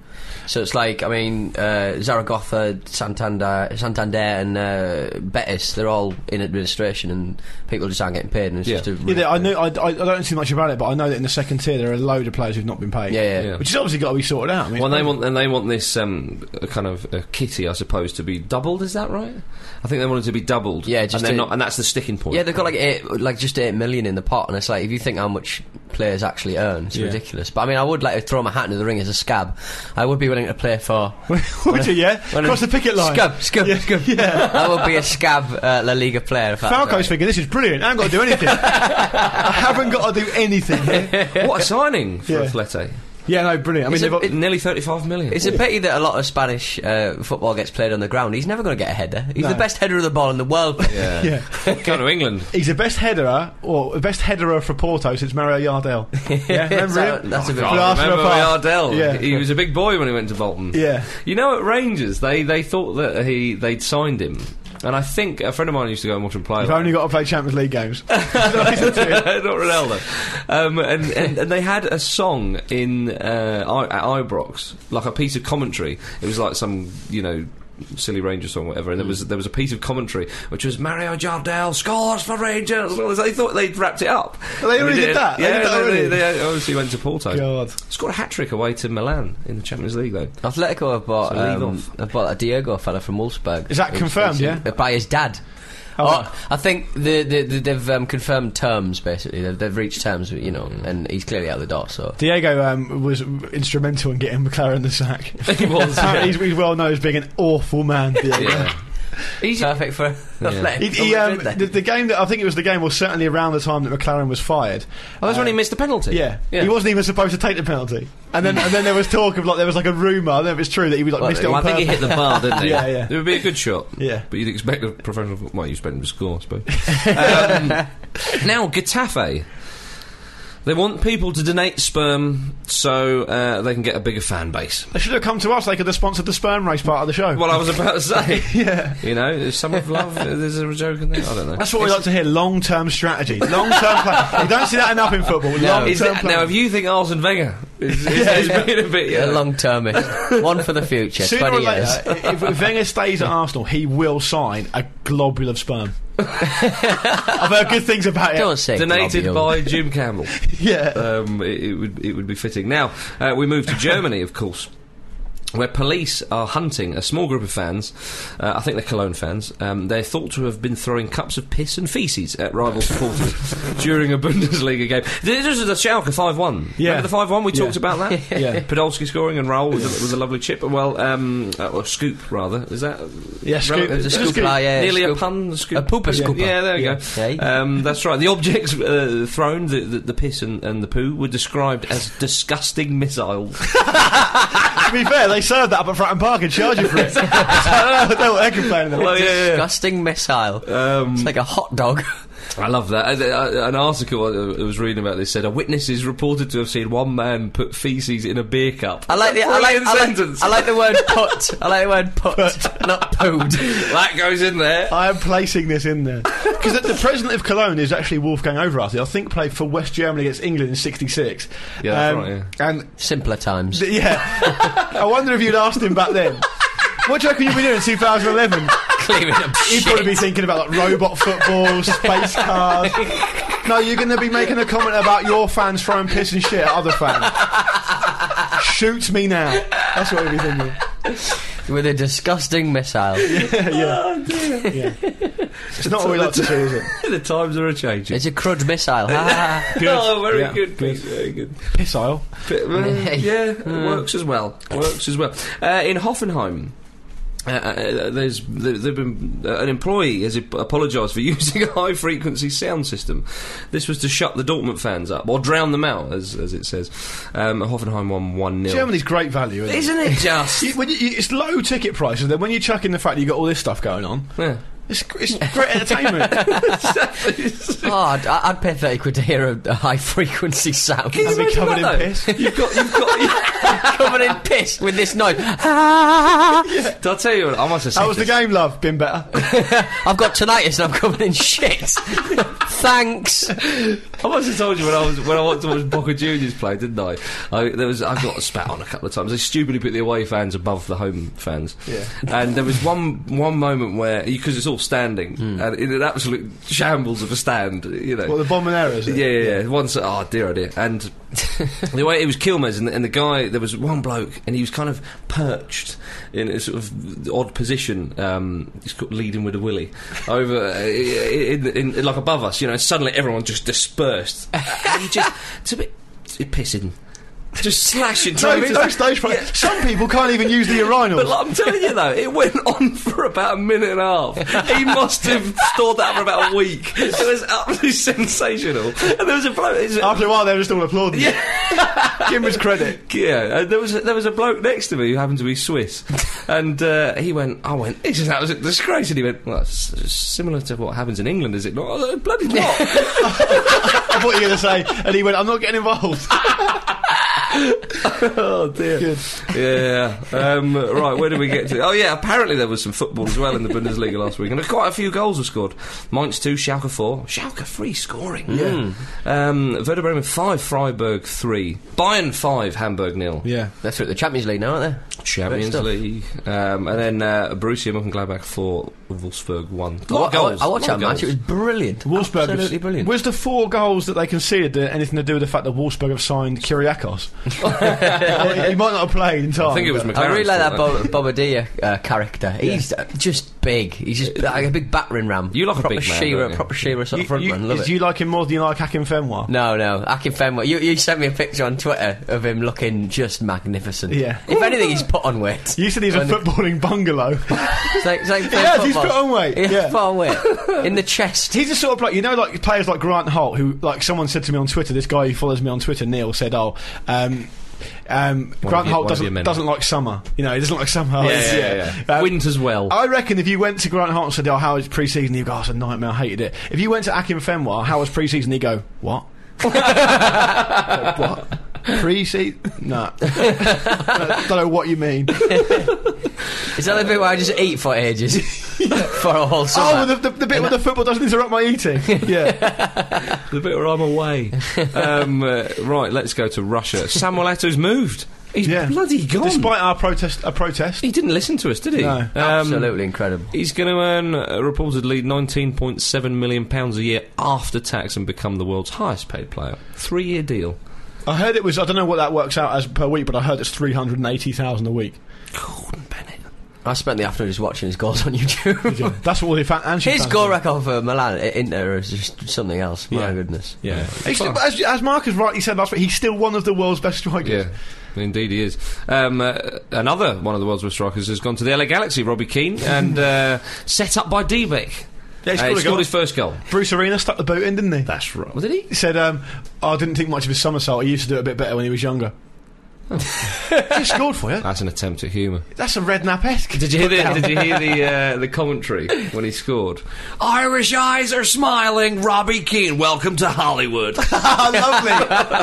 So it's like I mean uh, Zaragoza, Santander, Santander, and uh, Betis—they're all in administration, and people just aren't getting paid. And it's Yeah. just a Yeah, I know. I, I I don't see much about it, but I know that in the second tier there are a load of players who've not been paid. Yeah, yeah. Yeah. Which has obviously got to be sorted out. I mean, Well, they want and they want this um, uh, kind of uh, kitty, I suppose, to be doubled. Is that right? I think they want it to be doubled. Yeah, just and, they're to- not, and that's the sticking point. Yeah, they've got like eight, like just eight million in the pot, and it's like if you think how much players actually earn, it's Yeah. ridiculous. But I mean, I would like to throw my hat into the ring as a scab. I would be willing to play for Would you, yeah? when Cross a- the picket line. Scab, scab, Yeah, scab. yeah. I would be a scab uh, La Liga player. If that's Falco's right. thinking, this is brilliant. I haven't got to do anything. I haven't got to do anything. here. what a signing for Yeah. Atleti. Yeah, no, brilliant. I mean, It's a- they've got, it- Nearly 35 million. It's a pity that a lot of Spanish uh, football gets played on the ground. He's never going to get a header. He's the best header of the ball in the world. yeah. yeah. Go to England. He's the best headerer, or the best headerer for Porto since Mario Yardell. Yeah, remember So him? that's a bit- God. I Blast from remember afar. Yardell. Yeah. He was a big boy when he went to Bolton. Yeah. You know, at Rangers, they, they thought that he they'd signed him. And I think a friend of mine used to go and watch him play. You've only got to play Champions League games. not Ronaldo. Um, and, and, and they had a song in uh, I, at Ibrox, like a piece of commentary. It was like some, you know, silly Rangers song, or whatever. And Hmm. there was there was a piece of commentary which was Mario Jardel scores for Rangers. Well, They thought they'd wrapped it up. They And already did that? They Yeah, did that already? they, they obviously went to Porto. God. Scored a hat trick away to Milan in the Champions League though. Atletico have bought, So leave um, off. have bought a Diego fella from Wolfsburg. Is that Who's confirmed, facing- yeah? By his dad. Oh, Oh, right. I think the, the, the, they've um, confirmed terms, basically. They've, they've reached terms, you know, Mm. and he's clearly out the door, so. Diego um, was instrumental in getting McLaren the sack. He was. Apparently he's, he's well known as being an awful man. Diego. yeah. He's, Perfect for Atletico He, he, um, Madrid, then. the, the game that I think it was the game, or certainly around the time that McLaren was fired. oh, that's when uh, he missed the penalty. Yeah. he wasn't even supposed to take the penalty, and then and then there was talk of like there was like a rumor. I don't know if it's true that he was like Well, missed it Well, on I think he purpose. hit the bar, didn't he? Yeah, yeah. It would be a good shot. Yeah. But you'd expect a professional. Well, you expect him to score, I suppose. um, now, Getafe. They want people to donate sperm so uh, they can get a bigger fan base. They should have come to us. They could have sponsored the sperm race part of the show. Well, I was about to say. yeah. You know, there's some of love. uh, There's a joke in there. I don't know. that's what we like to hear: long-term strategy, long-term plan. You don't see that enough in football. Is Long-term that, plan. now, if you think Arsene Wenger is, is, is being a bit, uh, Yeah, yeah, long termist. One for the future, Sooner 20 or later, years. if if Wenger stays at Arsenal, he will sign a globule of sperm. I've heard good things about it. Don't say donated globule. by Jim Campbell. Yeah. um, it, it would it would be fitting. Now uh, we move to Germany, of course. where police are hunting a small group of fans. Uh, I think they're Cologne fans. Um, they're thought to have been throwing cups of piss and feces at rival supporters during a Bundesliga game. This was the Schalke five one. Yeah. the five one we Yeah. talked about that. Yeah. Podolski scoring and Raul with, a, with a lovely chip. Well, um, uh, or scoop rather. Is that Yeah, scoop. It was a It's scoop, good. ah, yeah, nearly scoop. a pun? Scoop. A pooper yeah. scooper. Yeah, there you Yeah. go. Um, that's right. The objects uh, thrown, the, the, the piss and, and the poo, were described as disgusting missiles. to be fair, they served that up at Fratton Park and charged you for it. so I don't know what they're complaining about. Well, yeah, yeah, yeah. Disgusting missile. Um, it's like a hot dog. I love that. I, I, an article I, I was reading about this said a witness is reported to have seen one man put feces in a beer cup. I like the I like, Brilliant I like, sentence. I like the word put. I like the word put, not pooed. that goes in there. I am placing this in there because the, the president of Cologne is actually Wolfgang Overarty. I think played for West Germany against England in '66. Yeah, that's right, And Simpler times. th- yeah, I wonder if you'd asked him back then. What do you reckon you'd be doing in 2011? Clearing up You'd probably be thinking about like robot football, space cars. No, you're going to be making a comment about your fans throwing piss and shit at other fans. Shoot me now. That's what we'd be thinking. with a disgusting missile. It's not what we like to see, is it? the times are a changing. It's a crud missile. Ah. Oh, very Yeah, good, Pete, very good. Piss aisle. But, uh, well, Hey. yeah, it works as well. Works as well. Uh, in Hoffenheim. Uh, uh, there's there, there've been uh, an employee has ap- apologised for using a high frequency sound system. This was to shut the Dortmund fans up or drown them out, as as it says. Um, Hoffenheim won one 0 Germany's great value, isn't it? Isn't it just? You- when you- you- it's low ticket prices. Then when you chuck in the fact that you got all this stuff going on, yeah. it's, gr- it's great entertainment. Oh, I'd, I'd pay 30 quid to hear a, a high frequency sound. I'd be covered in piss. You've got, you've got. covered in piss with this noise. Ah. I'll tell you what. I must have said How was the this. game, love? Been better. I've got tinnitus and I'm covered in shit. Thanks. I must have told you when I was when I went to watch Boca Juniors play, didn't I? I there was I got spat on a couple of times. They stupidly put the away fans above the home fans. Yeah. And there was one one moment where because it's all standing and in an absolute shambles of a stand, you know. What the Bomboneras? Yeah, yeah, yeah. Once, oh dear, oh dear. And the way it was Kilmes, and the, and the guy, there was one bloke, and he was kind of perched in a sort of odd position. Um, he's called leading with a willy over uh, in, in, in- like above us, you know. And suddenly, everyone just dispersed. and he just, it's a bit it's a bit pissing, just slashing. No, trying it's to- no stage fright. Some people can't even use the but urinals. like, I'm telling you though, it went on for about a minute and a half. He must have stored that for about a week. It was absolutely sensational. And there was a bloke. it was a- After a while, they're just all applauding. Give him his credit. Yeah, uh, there was a, there was a bloke next to me who happened to be Swiss, and uh, he went, I went, this is that was a disgrace, and he went, well, that's s- similar to what happens in England, is it not? I was like, Bloody not! I thought you were going to say, and he went, "I'm not getting involved." oh dear. Good. Yeah. Um, right, where did we get to? Oh yeah, apparently there was some football as well in the Bundesliga last week, and quite a few goals were scored. Mainz two, Schalke four, Schalke three scoring. Yeah. Um, Werder Bremen five, Freiburg three, Bayern five, Hamburg nil. Yeah. That's what the Champions League now, aren't they? Champions Great stuff. League. Um, and then uh, Borussia Mönchengladbach 4, Wolfsburg 1. I, wa- I wa- I watched that match. It was brilliant. Wolfsburg Absolutely was, brilliant. Was the four goals that they conceded there anything to do with the fact that Wolfsburg have signed Kyriakos? he might not have played in time. I think it was but- McLaren. I really like that fault, Bob- Bobadilla uh, character. He's uh, just big. He's just like a big battering ram. You like a proper big man, Shearer, don't you? proper Shearer sort of front you, man. Love is- it. do you like him more than you like Hakim Fenwa? no, no, Akinfenwa. You, you sent me a picture on Twitter of him looking just magnificent. Yeah. If anything, he's put on weight. You said he's a footballing bungalow. It's like, it's like playing has, he's football. put on weight, He has yeah. put on weight in the chest. He's the sort of bloke, you know, like players like Grant Holt, who, like, someone said to me on Twitter, this guy who follows me on Twitter, Neil, said, oh, um, um, One of Grant your- Holt one of your doesn't, men. doesn't like summer. You know, he doesn't like summer. Yeah, yeah, yeah. Uh, Um, Wint as well. I reckon if you went to Grant Holt and said, oh, how was pre-season? He'd go, oh, it's a nightmare, I hated it. If you went to Akin Fenwa, how was pre-season? He'd go, what? Like, what? Pre-season? No. don't know what you mean. Is that the bit where I just eat for ages for a whole Oh, summer? the, the, the bit where the football doesn't interrupt my eating. Yeah. The bit where I'm away. um, uh, right, let's go to Russia. Samuel Eto'o's moved. He's Yeah. bloody gone. Despite our protest, a protest. he didn't listen to us, did he? No. Um, Absolutely incredible. He's going to earn uh, reportedly 19.7 million pounds a year after tax and become the world's highest paid player. Three year deal. I heard it was. I don't know what that works out as per week, but I heard it's three hundred and eighty thousand a week. Gordon Bennett. I spent the afternoon just watching his goals on YouTube. That's what the fan. And she his fans goal do. record for uh, Milan at Inter is just something else. My Yeah. goodness. Yeah, He's still- as, as Marcus rightly said last week, he's still one of the world's best strikers. Yeah, indeed he is. Um, uh, another one of the world's best strikers has gone to the LA Galaxy, Robbie Keane, and uh, set up by Diebeck. Yeah, he Uh, scored a goal. his first goal. Bruce Arena stuck the boot in, didn't he? That's right. Well, did he? He said, um, "I didn't think much of his somersault. He used to do it a bit better when he was younger." he scored for you. That's an attempt at humour. That's a redknapp esque. Did you hear the Did you hear the uh, the commentary when he scored? Irish eyes are smiling. Robbie Keane, welcome to Hollywood. Ah,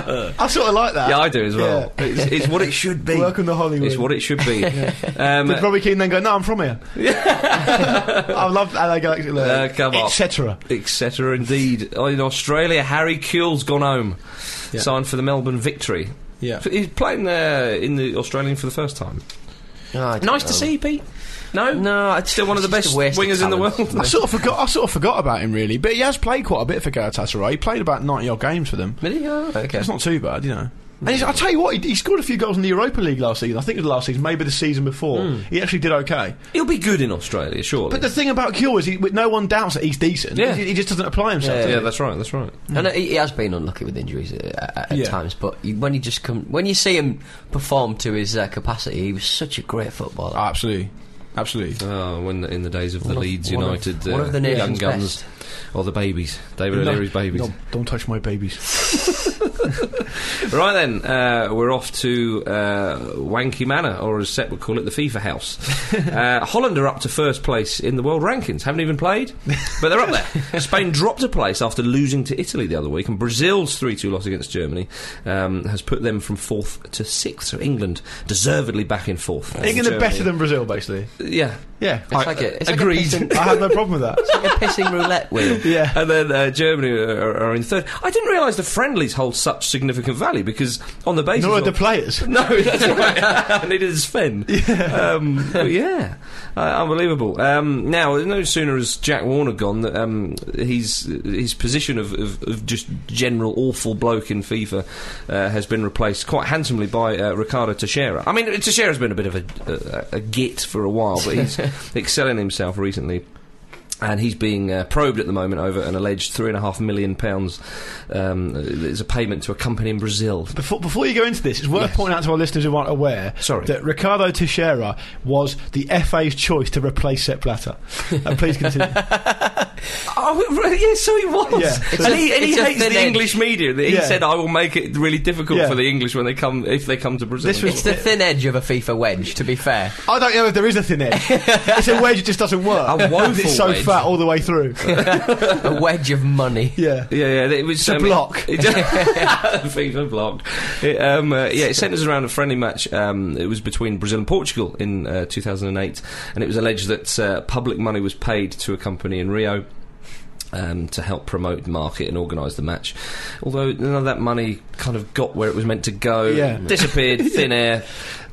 Lovely. I sort of like that. yeah, I do as well. It's, it's what it should be. Welcome to Hollywood. It's what it should be. um, Did Robbie Keane then go? No, I'm from here. I love LA Galaxy. Uh, come on. etc. etc. Indeed, Oh, in Australia, Harry Kuehl's gone home, signed for the Melbourne Victory. Yeah. F- he's playing there in the Australian for the first time. Um, Nice to see, you, Pete. No, No, it's still one of the it's just best a waste of wingers in the talent. world. I sort of forgot. I sort of forgot about him really, but he has played quite a bit for Galatasaray. He played about ninety odd games for them. Really? Oh, okay. It's not too bad, you know. And he's, I tell you what, he, he scored a few goals in the Europa League last season. I think it was last season, maybe the season before. He actually did okay. He'll be good in Australia, surely. But the thing about Kuhl is, he, no one doubts that he's decent. Yeah. He, he just doesn't apply himself. does he? yeah, that's right. That's right. And uh, he he has been unlucky with injuries at, at, at Yeah. times, but he- when you just come, when you see him perform to his uh, capacity, he was such a great footballer. Ah, Oh, absolutely, absolutely. Oh, when in the days of the Leeds one of- United, one uh, of the young nation's guns best. or the babies, David O'Leary's babies. No, don't touch my babies. Right then, uh, we're off to uh, Wanky Manor, or as Set would call it, the FIFA house. uh, Holland are up to first place in the world rankings. Haven't even played, but they're up there. Spain dropped a place after losing to Italy the other week, and Brazil's 3 2 loss against Germany um, has put them from fourth to sixth. So England deservedly back in fourth. England are Germany- better than Brazil, basically. Yeah. Yeah, It's like a- it's like a agreed. pissing- I have no problem with that. like a pissing roulette wheel. Yeah. And then uh, Germany are, are in third. I didn't realise the friendlies hold such significant value because on the basis Nor are of- the players. No, that's right. I needed a Sven. Yeah, um, but yeah. Uh, unbelievable. Um, now, no sooner has Jack Warner gone that um, he's, his position of, of, of just general awful bloke in FIFA uh, has been replaced quite handsomely by uh, Ricardo Teixeira. I mean, Teixeira's been a bit of a, a, a git for a while, but he's excelling himself recently and he's being uh, probed at the moment over an alleged three and a half million pounds. Um, it's a payment to a company in Brazil. Before, before you go into this, it's worth pointing out to our listeners who aren't aware Sorry. that Ricardo Teixeira was the FA's choice to replace Sepp Blatter. Uh, please continue. Oh, re- yeah, so he was. Yeah. It's and a- he, and he it's a hates thin the edge. English media. He Yeah. said, "I will make it really difficult Yeah. for the English when they come if they come to Brazil." This was- It's the thin edge of a FIFA wedge, to be fair. I don't know if there is a thin edge. it's a wedge that just doesn't work. A woeful it's so wedge. fat all the way through. A wedge of money. yeah. yeah, yeah, it was a block. It, FIFA block. It, um, uh, yeah, it sent us around a friendly match. Um, it was between Brazil and Portugal in uh, 2008, and it was alleged that uh, public money was paid to a company in Rio. um, to help promote, market, and organise the match. Although none of that money kind of got where it was meant to go, Yeah. disappeared, thin air.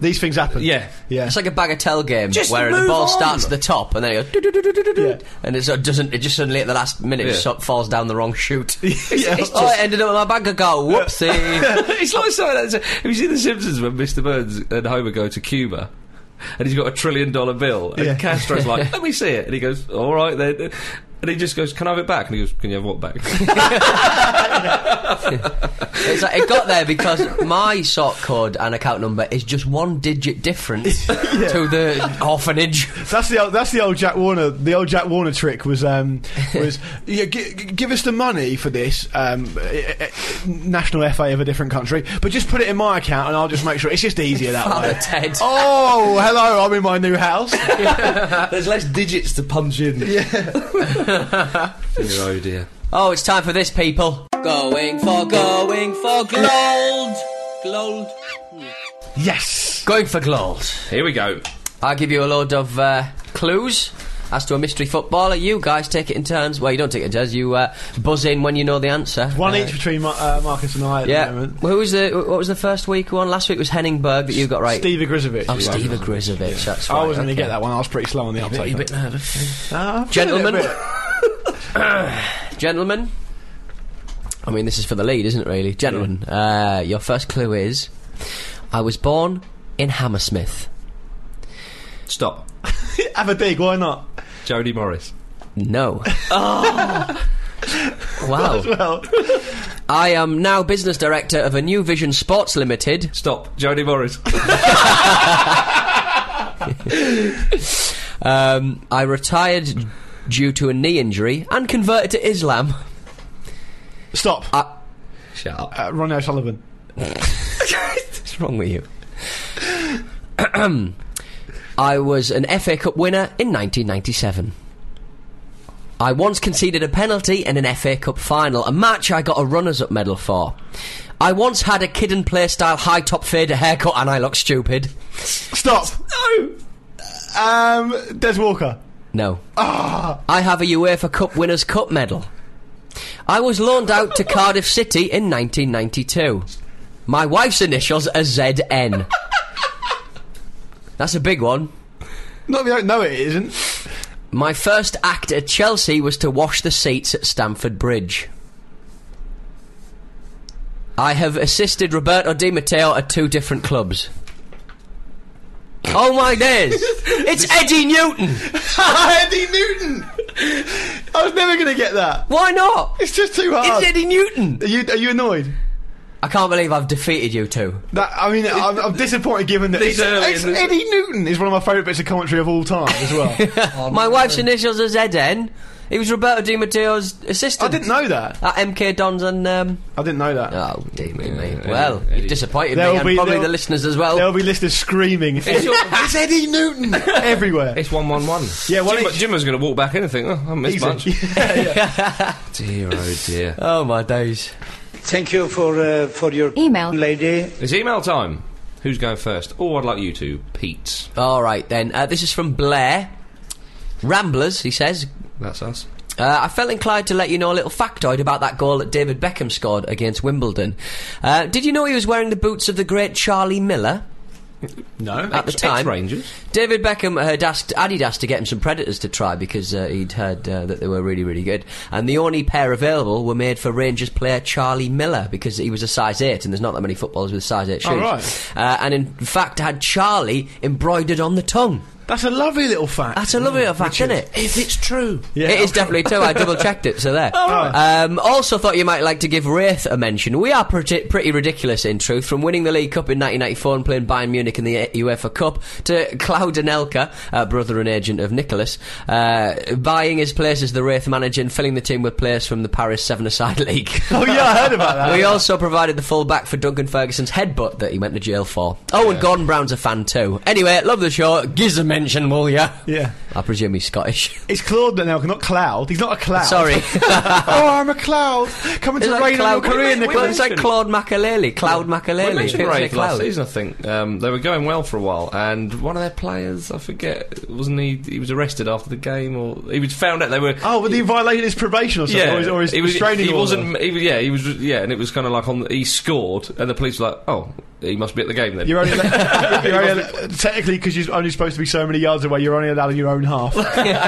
These things happen. Yeah. Yeah. It's like a bagatelle game Just where the move ball on. starts at the top and then it goes do, do, do, do, do, do, do, Yeah. and it sort of doesn't it just suddenly at the last minute Yeah. so- falls down the wrong chute. Yeah. oh, it ended up with my bank account. Whoopsie. it's like something that's. Have you seen The Simpsons when Mr. Burns and Homer go to Cuba? And he's got a trillion dollar bill. And Yeah. Castro's like, let me see it. And he goes, all right then. And he just goes, can I have it back? And he goes, can you have what back? it's like it got there because my sort code and account number is just one digit different to the orphanage. That's the old, that's the old Jack Warner the old Jack Warner trick was um, was yeah, g- g- give us the money for this um, eh, eh, national FA of a different country, but just put it in my account and I'll just make sure it's just easier that Father way. Ted. Oh, hello! I'm in my new house. Uh, There's less digits to punch in. Yeah. oh dear. Oh, it's time for this, people. Going for, going for gold. Gold. yes. Going for gold. Here we go. I give you a load of uh, clues as to a mystery footballer. You guys take it in turns. Well, you don't take it in turns. You uh, buzz in when you know the answer. One Uh, each between Ma- uh, Marcus and I at Yeah. the moment. Who was the? What was the first week one? Last week was Henningberg that you got right. Steve Agrizovic. Oh, Steve Grizovic. That's I right. wasn't going to okay. get that one. I was pretty slow on the uptake. Uh, You bit nervous. Ah, I've been a Gentlemen. little bit. Gentlemen, I mean, this is for the lead, isn't it, really? Gentlemen, uh, your first clue is I was born in Hammersmith. Stop. Have a dig, why not? Jodie Morris. No. wow. Well, I am now business director of a New Vision Sports Limited. Stop. Jodie Morris. Um, I retired due to a knee injury and converted to Islam. stop. Uh, Shut up. Uh, Ronnie O'Sullivan. What's wrong with you? I was an FA Cup winner in 1997. I once conceded a penalty in an FA Cup final, a match I got a runners up medal for. I once had a kid and play style high top fader haircut and I look stupid. Stop. No. Um, Des Walker. No. I have a UEFA Cup Winners' Cup medal. I was loaned out to Cardiff City in 1992. My wife's initials are ZN. That's a big one. No, we don't know it isn't. My first act at Chelsea was to wash the seats at Stamford Bridge. I have assisted Roberto Di Matteo at two different clubs. Oh my days! It's Eddie Newton! Eddie Newton. I was never going to get that. Why not? It's just too hard. It's Eddie Newton! Are you are you annoyed? I can't believe I've defeated you two. That I mean, I'm, I'm disappointed given that These it's, early it's in this- Eddie Newton is one of my favourite bits of commentary of all time as well. My wife's initials are ZN. He was Roberto Di Matteo's I assistant. didn't know that. At MK Dons and. Um, I didn't know that. oh, dear me, mate. Eddie- Well, Eddie. you've disappointed There'll me and be- probably there'll- the listeners as well. There'll be listeners screaming. It's, Eddie Newton everywhere. It's 1 1 1. Yeah, one Jim, each. Jimbo's going to walk back in and think, oh, I missed Easy. much. Dear, oh dear. Oh my days. Thank you for, uh, for your Email. lady. It's email time. Who's going first? Oh, I'd like you to, Pete. All right then. Uh, this is from Blair. Ramblers, he says. That's us. Uh, I felt inclined to let you know a little factoid about that goal that David Beckham scored against Wimbledon. Uh, did you know he was wearing the boots of the great Charlie Miller? No, at the time. Rangers. David Beckham uh, had asked Adidas to get him some Predators to try because uh, he'd heard uh, that they were really, really good. And the only pair available were made for Rangers player Charlie Miller because he was a size 8 and there's not that many footballers with size 8 shoes. Oh, right. uh, and in fact had Charlie embroidered on the tongue. That's a lovely little fact. That's a lovely little fact, isn't it? If it's true. Yeah. it is definitely two. I double checked it, so there. Um, also, thought you might like to give Wraith a mention. We are pretty, pretty ridiculous, in truth, from winning the League Cup in 1994 and playing Bayern Munich in the uh, UEFA Cup to Cloud Anelka, uh, brother and agent of Nicholas, uh, buying his place as the Wraith manager and filling the team with players from the Paris Seven Aside League. Oh yeah, I heard about that. We also provided the full back for Duncan Ferguson's headbutt that he went to jail for. Oh, and Gordon Brown's a fan too. Anyway, love the show. Giz a mention, will ya? Yeah, I presume he's Scottish. it's Claude now, not Cloud. He's not a cloud. Sorry. oh, I'm a cloud. Coming to It's like rain on your Cloud career, we- Nicholas. It's like Claude Makaleli, Cloud They Makaleli. mentioned People say Wraith last Cloud. season, I think. Um, they were going well for a while, and one of their players, I forget, wasn't he? He was arrested after the game, or he was found out they were. Oh, well, he violated his probation or something, or his, or his he was. restraining He order. wasn't. He, was- yeah, he was. Yeah, and it was kind of like on. The, he scored, and the police were like, "Oh, he must be at the game then." You're only, you're only technically because you're only supposed to be so many yards away. You're only allowed your own half.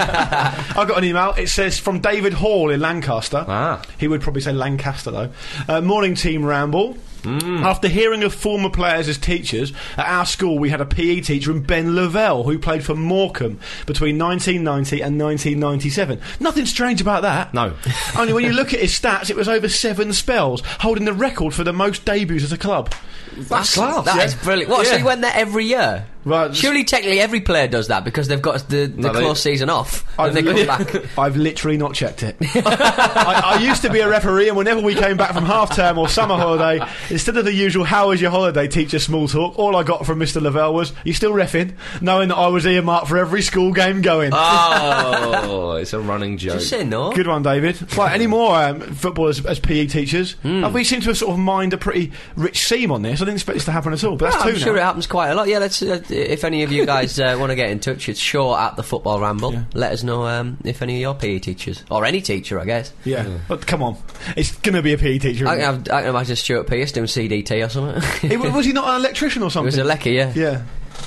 I got an email. It says from David Hall in Lancaster. Ah. He would probably say Lancaster though. Uh, morning team ramble. Mm. After hearing of former players as teachers, at our school we had a PE teacher in Ben Lavelle who played for Morecambe between 1990 and 1997. Nothing strange about that. No. Only when you look at his stats, it was over seven spells, holding the record for the most debuts as a club. That's class, That yeah. is brilliant. What? So Yeah. he went there every year. Right. Surely, technically, every player does that because they've got the, the No, they- Oh, close season off and they come back. I've literally not checked it. I, I used to be a referee, and whenever we came back from half term or summer holiday, instead of the usual "How was your holiday?" teacher small talk, all I got from Mr. Lavelle was "You still refing?" knowing that I was earmarked for every school game going. Oh, it's a running joke. Just say no. Good one, David. Right, any more um, footballers as PE teachers? Hmm. Uh, we seem to have sort of mined a pretty rich seam on this. I didn't expect this to happen at all, but that's Well, Oh, I'm two sure it now. happens quite a lot. Yeah, let's. Uh, if any of you guys uh, want to get in touch, it's short at the football ramble. Let us know um, if any of your PE teachers or any teacher, I guess. Yeah, But come on, it's going to be a PE teacher. I isn't can, have, I can imagine Stuart Pearce doing CDT or something. it? It- was he not an electrician or it something? was a lecky, yeah. yeah.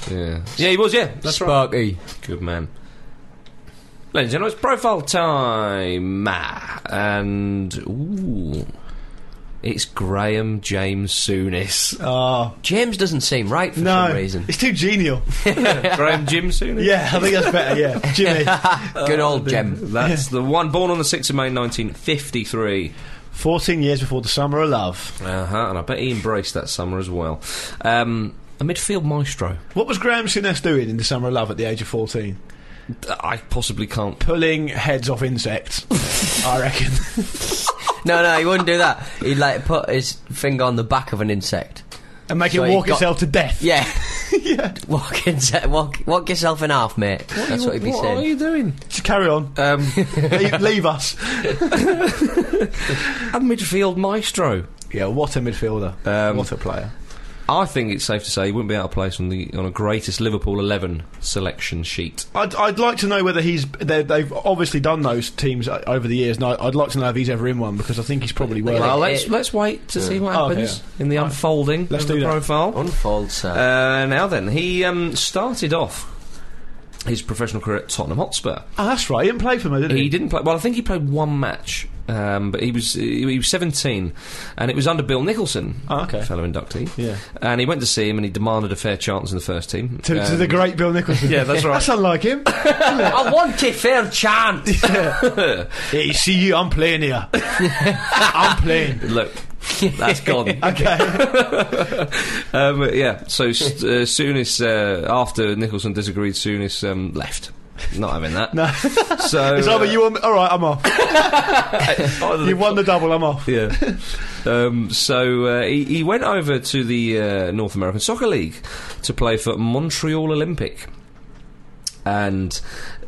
Yeah. Yeah, he was. Yeah, that's right. Sparky. Good man. Ladies and gentlemen, it's profile time. Ah, And ooh, It's Graham James Soonis. Ah, James doesn't seem right for no, some reason. it's too genial. Graham Jim Soonis? Yeah, I think that's better. Yeah, Jimmy. Good old Jem. That's the one. Born on the 6th of May 1953. 14 years before the summer of love. Uh huh. And I bet he embraced that summer as well. Um, a midfield maestro. What was Graham Sinnes doing in the summer of love at the age of 14? I possibly can't. Pulling heads off insects, I reckon. No, no, he wouldn't do that. He'd like put his finger on the back of an insect. And make So it he walk got- itself to death. Yeah, yeah. walk, inse- walk, walk yourself in half, mate. That's what he'd be are saying. you doing? Just carry on. Um, leave, leave us. a midfield maestro. Yeah, what a midfielder. Um, what a player. I think it's safe to say he wouldn't be out of place on the on a greatest Liverpool eleven selection sheet. I'd, I'd like to know whether he's. they- They've obviously done those teams uh, over the years, and I, I'd like to know if he's ever in one because I think he's probably worth Well, it. let's let's wait to see what Oh, okay, happens in the unfolding Let's of do the that. profile. Unfold, sir. Uh, now then, he um, started off his professional career at Tottenham Hotspur. Oh, that's right. He didn't play for them, did he? He didn't play. Well, I think he played one match, um, but he was he he was 17, and it was under Bill Nicholson, Oh, okay. fellow inductee. Yeah. And he went to see him, and he demanded a fair chance in the first team. To, to Um, the great Bill Nicholson. Yeah, that's right. That's unlike him. I want a fair chance. Hey, you see you, I'm playing here. I'm playing. Um, Look, that's gone. Okay. um, yeah, so s- uh, Soonis, uh, after Nicholson disagreed, Soonis um, left. Not having that. No. So uh, It's either you or me. All right, I'm off. either You've won the double, I'm off. yeah. Um, so uh, he, he went over to the uh, North American Soccer League to play for Montreal Olympic. And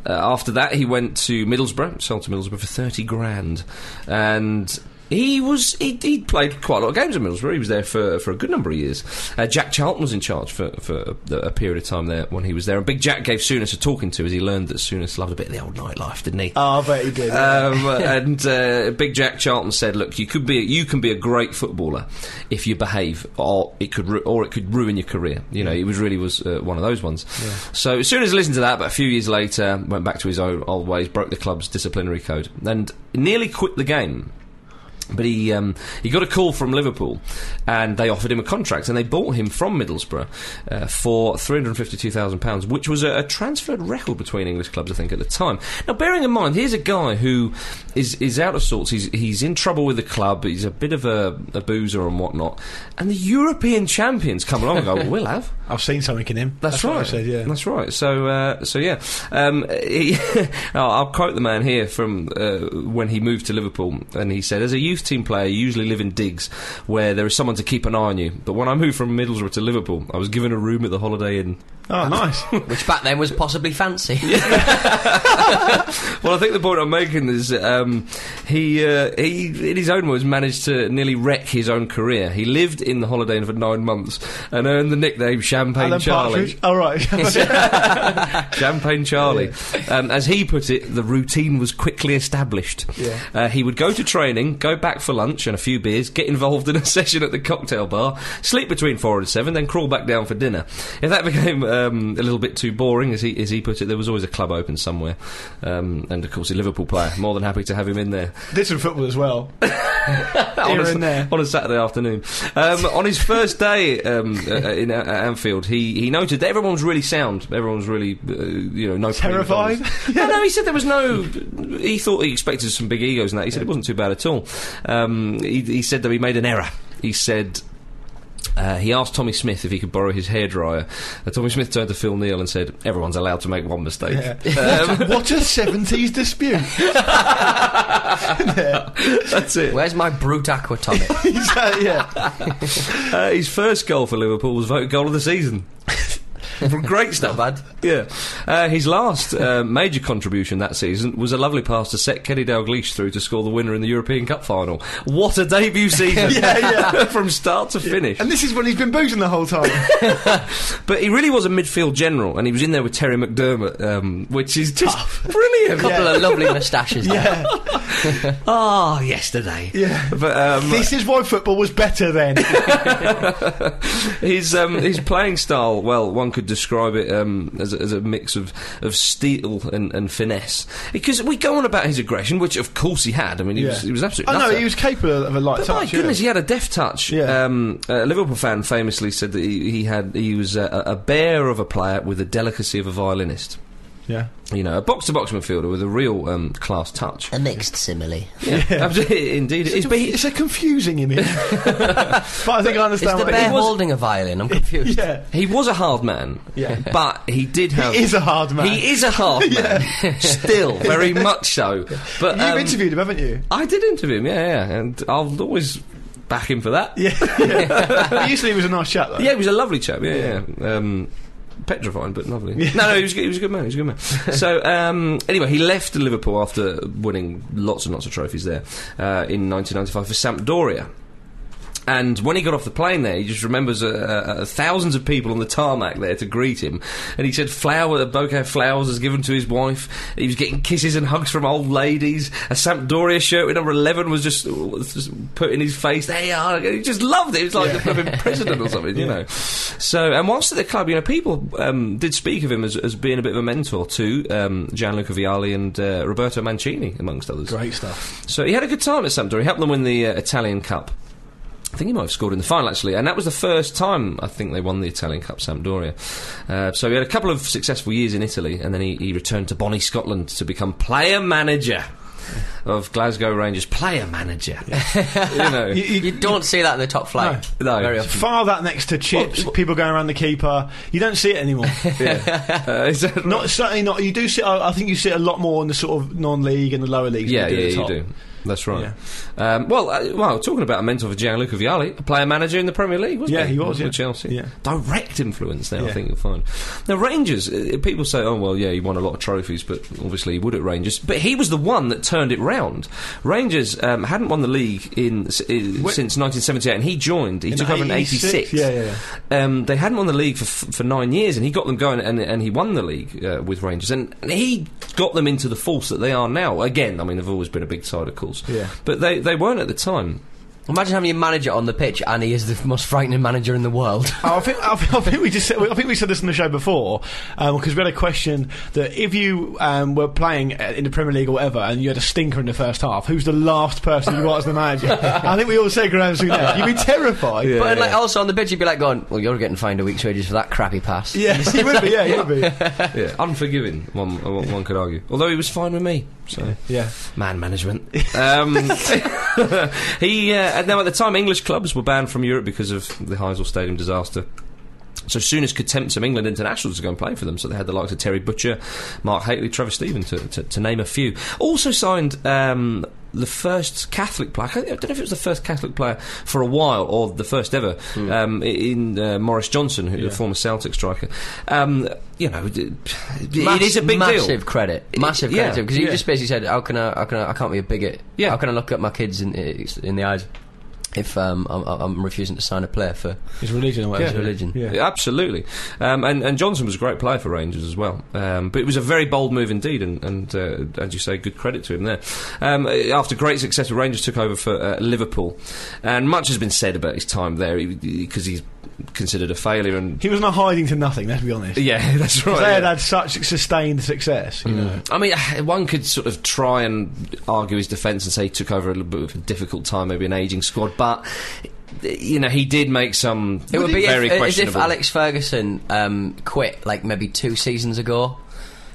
uh, after that, he went to Middlesbrough, sold to Middlesbrough for 30 grand. And he was he, he played quite a lot of games at Middlesbrough. He was there for, for a good number of years. Uh, Jack Charlton was in charge for, for a, a period of time there when he was there. And Big Jack gave Soonis a talking to as he learned that Soonis loved a bit of the old nightlife, didn't he? Oh, I bet he did. Um, and uh, Big Jack Charlton said, "Look, you could be you can be a great footballer if you behave, or it could ru- or it could ruin your career." You know, he was really was uh, one of those ones. So as soon as I listened to that, but a few years later, went back to his own old ways, broke the club's disciplinary code, and nearly quit the game. But he um, he got a call from Liverpool, and they offered him a contract, and they bought him from Middlesbrough uh, for three hundred fifty-two thousand pounds, which was a, a transferred record between English clubs, I think, at the time. Now, bearing in mind, here's a guy who is is out of sorts. He's he's in trouble with the club. He's a bit of a, a boozer and whatnot. And the European champions come along and go, well, "We'll have." I've seen something in him. That's, right. What I said, yeah. That's right. So, uh, so yeah. Um, he- I'll I'll quote the man here from uh, when he moved to Liverpool, and he said, "As a youth team player, you usually live in digs where there is someone to keep an eye on you. But when I moved from Middlesbrough to Liverpool, I was given a room at the Holiday Inn. Oh, nice. Which back then was possibly fancy. Well, I think the point I'm making is um, he uh, he, in his own words, managed to nearly wreck his own career. He lived in the Holiday Inn for nine months and earned the nickname Champagne Alan Charlie. Partridge. All right. Champagne Charlie. Um, as he put it, the routine was quickly established. Yeah. Uh, he would go to training, go back for lunch and a few beers, get involved in a session at the cocktail bar, sleep between four and seven, then crawl back down for dinner. If that became um, a little bit too boring, as he, as he put it, there was always a club open somewhere. Um, and of course, a Liverpool player, more than happy to have him in there Did some football as well. Here on, a, and there. on a Saturday afternoon. Um, on his first day um, uh, in uh, at Anfield, he, he noted that everyone was really sound. Everyone was really, uh, you know, no pain Terrified? goals. no, no, he said there was no. He thought he expected some big egos and that. He said it wasn't too bad at all. Um, he, he said that he made an error. He said uh, he asked Tommy Smith if he could borrow his hairdryer. Uh, Tommy Smith turned to Phil Neal and said, Everyone's allowed to make one mistake. Yeah. what a 70s dispute. That's it. Where's my brute aqua tonic? Is that- yeah. Uh, his first goal for Liverpool was voted goal of the season. Great stuff. Not bad. Yeah. Uh, his last uh, major contribution that season was a lovely pass to set Kenny Dalglish through to score the winner in the European Cup final. What a debut season! Yeah, yeah. From start to finish. And this is when he's been boozing the whole time. But he really was a midfield general, and he was in there with Terry McDermott, um, which is just brilliant. Couple of lovely moustaches. Oh, Yeah. Ah, yesterday. Yeah. But, um, This is why football was better then. his um, his playing style, well, one could describe it um, as, a, as a mix of, of steel and, and finesse. Because we go on about his aggression, which of course he had. I mean, he, Yeah. was, he was absolutely. Oh no, nutter. he was capable of a light But touch. my goodness, yeah. he had a deft touch. Yeah. Um, a Liverpool fan famously said that he, he had he was a, a bear of a player with the delicacy of a violinist. yeah. You know, a box to box midfielder with a real um, class touch. A mixed simile. Yeah, absolutely, indeed. It's, but he- it's a confusing image, but I think I Is understand. the what bear it was. holding a violin? I'm confused. Yeah, he was a hard man. Yeah. But he did have. he is a hard man. He is a hard man. Still, very much so. But You've um, interviewed him, haven't you? I did interview him. Yeah, yeah, and I'll always back him for that. Yeah. but usually he was a nice chap, though. Yeah, he was a lovely chap. Yeah, yeah. Um, petrifying, but lovely. No, no, he was, good- he was a good man. He was a good man. so, um, anyway, he left Liverpool after winning lots and lots of trophies there uh, in 1995 for Sampdoria. And when he got off the plane there, he just remembers uh, uh, thousands of people on the tarmac there to greet him. And he said, flower, a bouquet of flowers was given to his wife. He was getting kisses and hugs from old ladies. A Sampdoria shirt with number 11 was just, was just put in his face. There you are. He just loved it. It was like the flipping president or something, you know. So, and whilst at the club, you know, people um, did speak of him as, as being a bit of a mentor to um, Gianluca Vialli and uh, Roberto Mancini, amongst others. Great stuff. So he had a good time at Sampdoria. He helped them win the uh, Italian Cup. I think he might have scored in the final actually, and that was the first time I think they won the Italian Cup Sampdoria. Uh, so he had a couple of successful years in Italy, and then he, he returned to Bonnie, Scotland, to become player manager of Glasgow Rangers. Player manager, you know. You, you- You don't see that in the top flight. No. Very often. file that next to chips, people going around the keeper. You don't see it anymore. Uh, is that not certainly not. You do see. I, I think you see it a lot more in the sort of non-league and the lower leagues. than you Yeah, do yeah, at the you top. do. That's right. Um, well, uh, well, talking about a mentor for Gianluca Vialli, a player manager in the Premier League, wasn't Yeah, he? he was, With yeah. Chelsea. Yeah. Direct influence there, I Yeah. think you'll find. Now, Rangers, uh, people say, oh, well, yeah, he won a lot of trophies, but obviously he would at Rangers. But he was the one that turned it round. Rangers um, hadn't won the league in, s- in- Wh- since 1978, and he joined. He In took over in 86. Yeah, yeah, yeah. Um, they hadn't won the league for, for nine years, and he got them going, and, and he won the league uh, with Rangers, and, and he got them into the force that they are now. Again, I mean, they've always been a big side, of course, Yeah. but they, they weren't at the time. Imagine having your manager on the pitch and he is the most frightening manager in the world. Oh, I think I think, I think we just said, I think we said this on the show before because we had a question that if you um, were playing uh, in the Premier League or whatever and you had a stinker in the first half, who's the last person you want as the manager? I think we all said Graham Souness. You'd be terrified. but but like also on the pitch, you'd be like going, "Well, you're getting fined a week's wages for that crappy pass." yes, he would be. Yeah, he would be. Yeah. Unforgiving, one, one one could argue. Although he was fine with me, so Yeah. man management. Um, he uh, and now at the time, English clubs were banned from Europe because of the Heysel Stadium disaster. So soon as could tempt some England internationals to go and play for them. So they had the likes of Terry Butcher, Mark Haitley, Trevor Stephen, to, to, to name a few. Also signed um, the first Catholic player. I can't- I don't know if it was the first Catholic player for a while or the first ever um, i- in uh, Morris Johnson, who, a former Celtic striker. Um, you know, it, it is a big massive deal. credit, It- massive yeah, credit because you yeah. just basically said, "How can I? How can I? I can't be a bigot. Yeah. How can I look at my kids in in the eyes if um, I'm, I'm refusing to sign a player for His religion or whatever. His religion. Yeah. Absolutely. Um, and, and Johnson was a great player for Rangers as well. Um, but it was a very bold move indeed, and, and uh, as you say, good credit to him there. Um, uh, after great success, Rangers took over for uh, Liverpool. And much has been said about his time there because he's considered a failure. And He was not hiding to nothing. Let's be honest. Yeah, that's right. They had yeah. Mm. had such sustained success. You know. I mean, one could sort of try and argue his defence and say he took over a little bit of a difficult time, maybe an ageing squad, but. You know, he did make some. It would be very if, as if questionable. Alex Ferguson um, quit like maybe two seasons ago,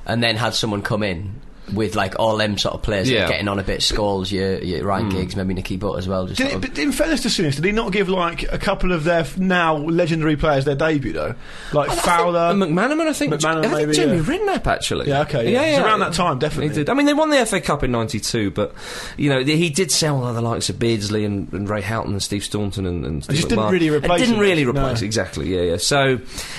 and then had someone come in with like all them sort of players that are Yeah. Hmm. getting on a bit. Scholes, your, your Ryan Giggs, maybe Nicky Butt as well. Just Did sort it, of- but in fairness to Souness, did he not give like a couple of their f- now legendary players their debut though, like Fowler? And McManaman, I think. McManaman, I think maybe, Jeremy yeah. Redknapp, actually. Yeah, okay, yeah. It's around that time, definitely. He did. I mean, they won the FA Cup in 92, but, you know, th- he did sell the likes of Beardsley and, and Ray Houghton and Steve Staunton and, and Steve just didn't McMahon. really replace And didn't him, really no. replace, exactly, yeah, yeah. So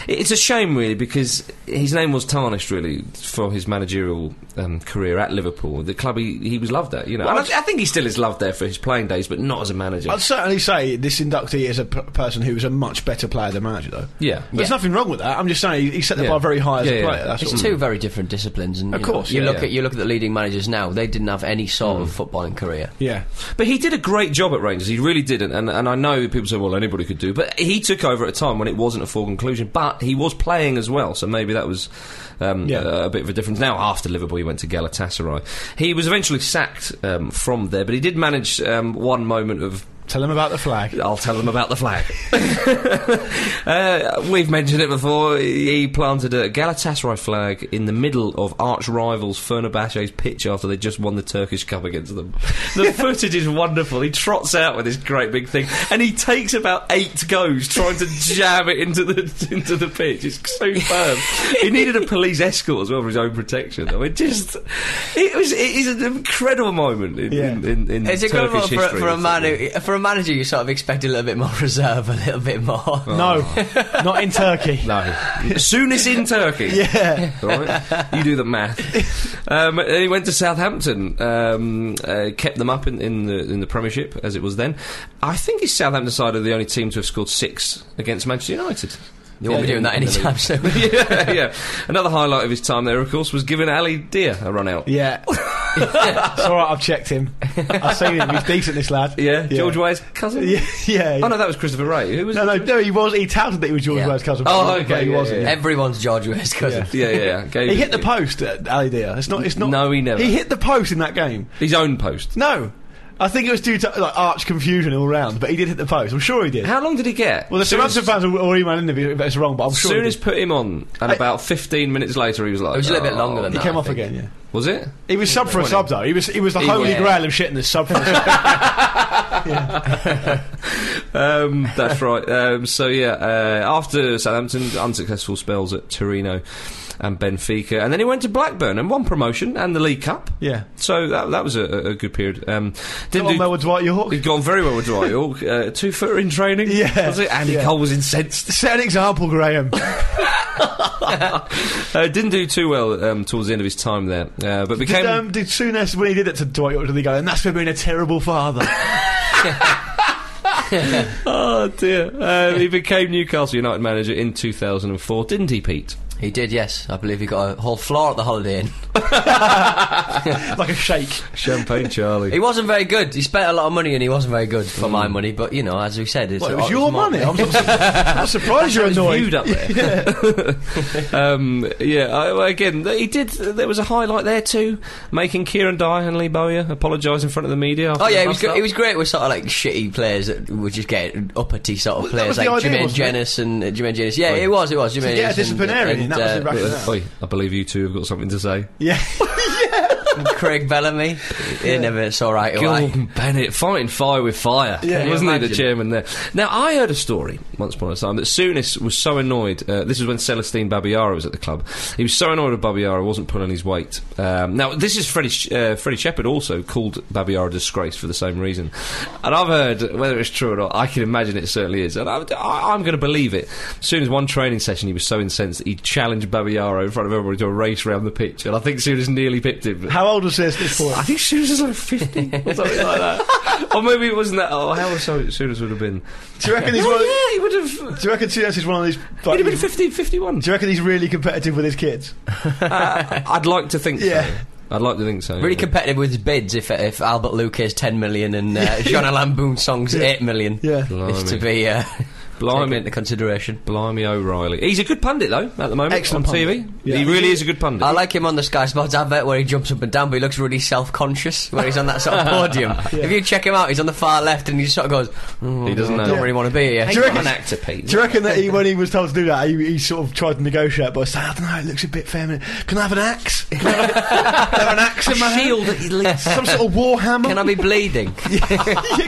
it- it's a shame, really, because his name was tarnished, really, for his managerial um, career at Liverpool, the club he, he was loved at. You know, and I, I think he still is loved there for his playing days, but not as a manager. I'd certainly say this inductee is a p- person who is a much better player than manager, though. Yeah. There's Yeah. nothing wrong with that. I'm just saying he- he set the Yeah. bar very high as Yeah, a yeah. player. That's all. It's two very different disciplines, and Of you know, course, you yeah, Hmm. look yeah. at you look at the leading managers now. They didn't have any sort of footballing career. Yeah. But he did a great job at Rangers. He really did, and and, and I know people say, well, anybody could do, but he took over at a time when it wasn't a full conclusion. But he was playing as well, so maybe that was um, Yeah. a, a bit of a difference. Now, after Liverpool, he went to Galatasaray. He was eventually sacked um, from there, but he did manage um, one moment of Tell him about the flag. I'll tell them about the flag. uh, we've mentioned it before. He planted a Galatasaray flag in the middle of arch rivals Fenerbahce's pitch after they just won the Turkish Cup against them. The footage is wonderful. He trots out with this great big thing, and he takes about eight goes trying to jam it into the into the pitch. It's superb. he needed a police escort as well for his own protection. I mean, just it was it is an incredible moment in Yeah. in, in, in It's a good Turkish one for, history. for a It's man who, for a manager you sort of expect a little bit more reserve, a little bit more. No, not in Turkey. Oh. No. Soon it's in Turkey. Yeah. Right? You do the math. Um, and he went to Southampton, um, uh, kept them up in, in, the, in the Premiership, as it was then. I think his Southampton side are the only team to have scored six against Manchester United. You won't be doing that anytime soon. yeah, yeah. Another highlight of his time there, of course, was giving Ali Deer a run out. Yeah. it's all right, I've checked him. I've seen him. He's decent, this lad. Yeah, George Weah's cousin. Yeah, yeah. yeah. Oh no, that was Christopher Wray. Who was? no, no, no, he was. He touted that he was George Yeah. Weah's cousin. Oh, but okay, He yeah, wasn't. yeah. Everyone's George Weah's cousin. Yeah, yeah. yeah. Gave He it- hit the post, at Ali Dia. It's not. It's not. No, he never. He hit the post in that game. his own post. No, I think it was due to like arch confusion all round. But he did hit the post. I'm sure he did. How long did he get? well, the Soon as- Southampton fans will, will email in if it- if it's wrong, but I'm As sure. soon he as did. put him on, and I- about 15 minutes later, he was like. "Oh." It was a little bit longer than he that. came I off think. again. Yeah, Was it? he was sub for a sub though. He was he was the holy was. grail of shitting the sub for a sub. Um, that's right. Um, so, yeah, uh, after Southampton, unsuccessful spells at Torino and Benfica. And then he went to Blackburn and won promotion and the League Cup. Yeah, So that, that was a, a a good period. Um, Come didn't on, do- Melwood Dwight York. He'd gone very well with Dwight York. Uh, two footer in training. Yeah. Was it? Andy Yeah. Cole was incensed. Set an example, Graham. Uh, didn't do too well um, towards the end of his time there. Uh, but became. Did, um, did Souness when he did it to Dwight York? Did he go? And that's for being a terrible father. oh, dear. Uh, he became Newcastle United manager in 2004, didn't he, Pete? He did, yes. I believe he got a whole floor at the Holiday Inn. like a shake. Champagne Charlie. He wasn't very good. He spent a lot of money and he wasn't very good for my money. But you know, as we said, it's Hmm. Well, it oh, it's was your more- money. I'm, not su- I'm not surprised you're It's annoyed. viewed up there. um, yeah, I, well, again, th- he did. There was a highlight there too, making Kieran Dye and Lee Bowyer apologise in front of the media. after Oh yeah, the he was bust-up. good. He was great with sort of like shitty players that would just get uppity sort of that was players the like idea, Jermaine wasn't it? Jenis and uh, Jermaine Jenis. Yeah, it was. It was Jermaine. Yeah, Jenas and- disciplinarian. and, that was the uh, rationale. Oi, I believe you two have got something to say. Yeah. Craig Bellamy. He never saw right away. Gordon Bennett fighting fire with fire. Yeah, wasn't he the imagine. chairman there? Now I heard a story once upon a time that Souness was so annoyed. Uh, this was when Celestine Babiara was at the club. He was so annoyed with Babiara, wasn't pulling his weight. Um, now this is Freddie Sh- uh, Freddie Shepherd also called Babiara a disgrace for the same reason. And I've heard whether it's true or not. I can imagine it certainly is, and I, I, I'm going to believe it. As soon as one training session, he was so incensed that he challenged Babiara in front of everybody to a race round the pitch, and I think Souness nearly pipped him. How old was this? This boy. I think Sooners was like 50 or something like that. or maybe it wasn't that. Oh, how old so Sooners would have been? Do you reckon he's one? Of, Oh, yeah, he would have. Do you reckon Souness is one of these? He'd Like, have been do 50, 51. you reckon he's really competitive with his kids? Uh, I'd like to think Yeah. so. I'd like to think so. Really yeah. competitive with his bids. If if Albert Luke is ten million and uh, Jean Alain Song's eight million, Yeah. is to Blimey. be uh, taken Blimey. into consideration. Blimey O'Reilly. He's a good pundit, though, at the moment. Excellent on pundit. TV. Yeah. He really is a good pundit. I like him on the Sky Sports advert where he jumps up and down, but he looks really self-conscious where he's on that sort of podium. If you check him out, he's on the far left and he sort of goes, "Mm, He doesn't I know. don't really want to be here. Hey, Do you I'm reckon- an actor, Pete. Do you reckon that he, when he was told to do that, he, he sort of tried to negotiate by saying, "I don't know, it looks a bit feminine. Can I have an axe? Can I have, can I have an axe in my hand? Shield at least. Some sort of war hammer? Can I be bleeding? yeah,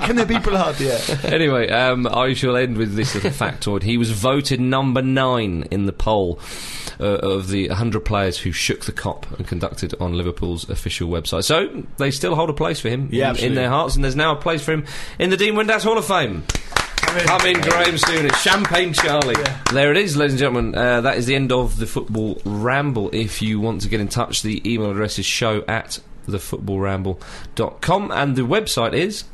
can there be blood? Yeah. anyway, um, I shall end with this little factoid. He was voted number nine in the poll uh, of the 100 players who shook the cop and conducted on Liverpool's official website. So they still hold a place for him Yeah, in, in absolutely. their hearts, and there's now a place for him in the Dean Windass Hall of Fame. Come in, Graham Sooner. Champagne Charlie. There it is, ladies and gentlemen. Uh, that is the end of the Football Ramble. If you want to get in touch, the email address is show at thefootballramble.com and the website is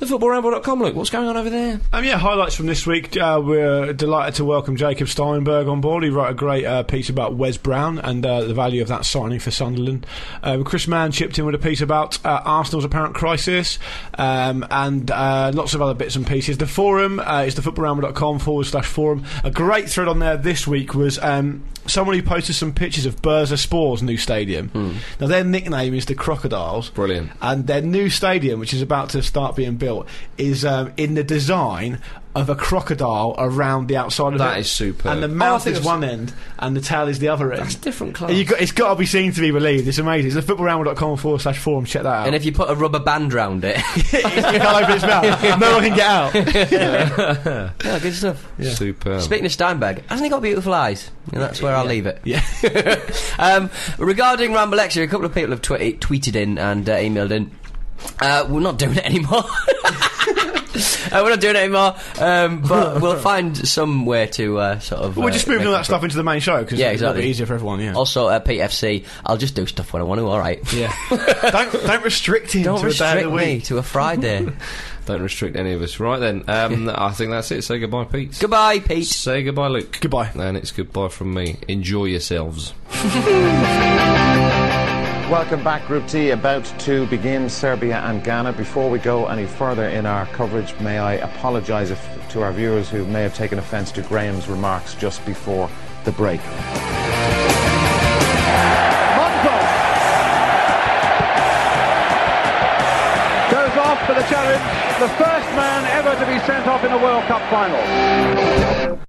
thefootballramble.com. Look, what's going on over there? Um, yeah, highlights from this week. Uh, we're delighted to welcome Jacob Steinberg on board. He wrote a great uh, piece about Wes Brown and uh, the value of that signing for Sunderland. Um, Chris Mann chipped in with a piece about uh, Arsenal's apparent crisis um, and uh, lots of other bits and pieces. The forum uh, is thefootballramble.com forward slash forum. A great thread on there this week was um, someone who posted some pictures of Bursa Spor's new stadium. Now, their nickname is the Crocodiles. Brilliant. And their new stadium, which is about to start being built, is um, in the design of a crocodile around the outside of it. That is superb. And the Oh, I mouth think is I've one end and the tail is the other end. That's different class. And you got, it's got to be seen to be believed. It's amazing. It's thefootballramble.com forward slash forum. Check that out. And if you put a rubber band round it, it can't open its mouth, no one can get out. yeah, good stuff. Superb. Speaking of Steinberg, hasn't he got beautiful eyes? And that's where I'll leave it. Yeah. um, regarding Ramble Extra, a couple of people have twi- tweeted in and uh, emailed in. Uh, we're not doing it anymore. Uh, we're not doing it anymore, um, but we'll find some way to uh, sort of. We're uh, just moving make all up that for it. stuff into the main show because Yeah, it's a little bit exactly. easier for everyone. Yeah. Also, uh, PFC, I'll just do stuff when I want to. All right. yeah. don't don't restrict him Don't to a day of restrict the me week. to a Friday. Don't restrict any of us. Right then. Um, I think that's it. Say goodbye, Pete. Goodbye, Pete. Say goodbye, Luke. Goodbye. And it's goodbye from me. Enjoy yourselves. Welcome back, Group T. About to begin Serbia and Ghana. Before we go any further in our coverage, may I apologise if- to our viewers who may have taken offence to Graham's remarks just before the break. goes off for the challenge, the first man ever to be sent off in a World Cup final.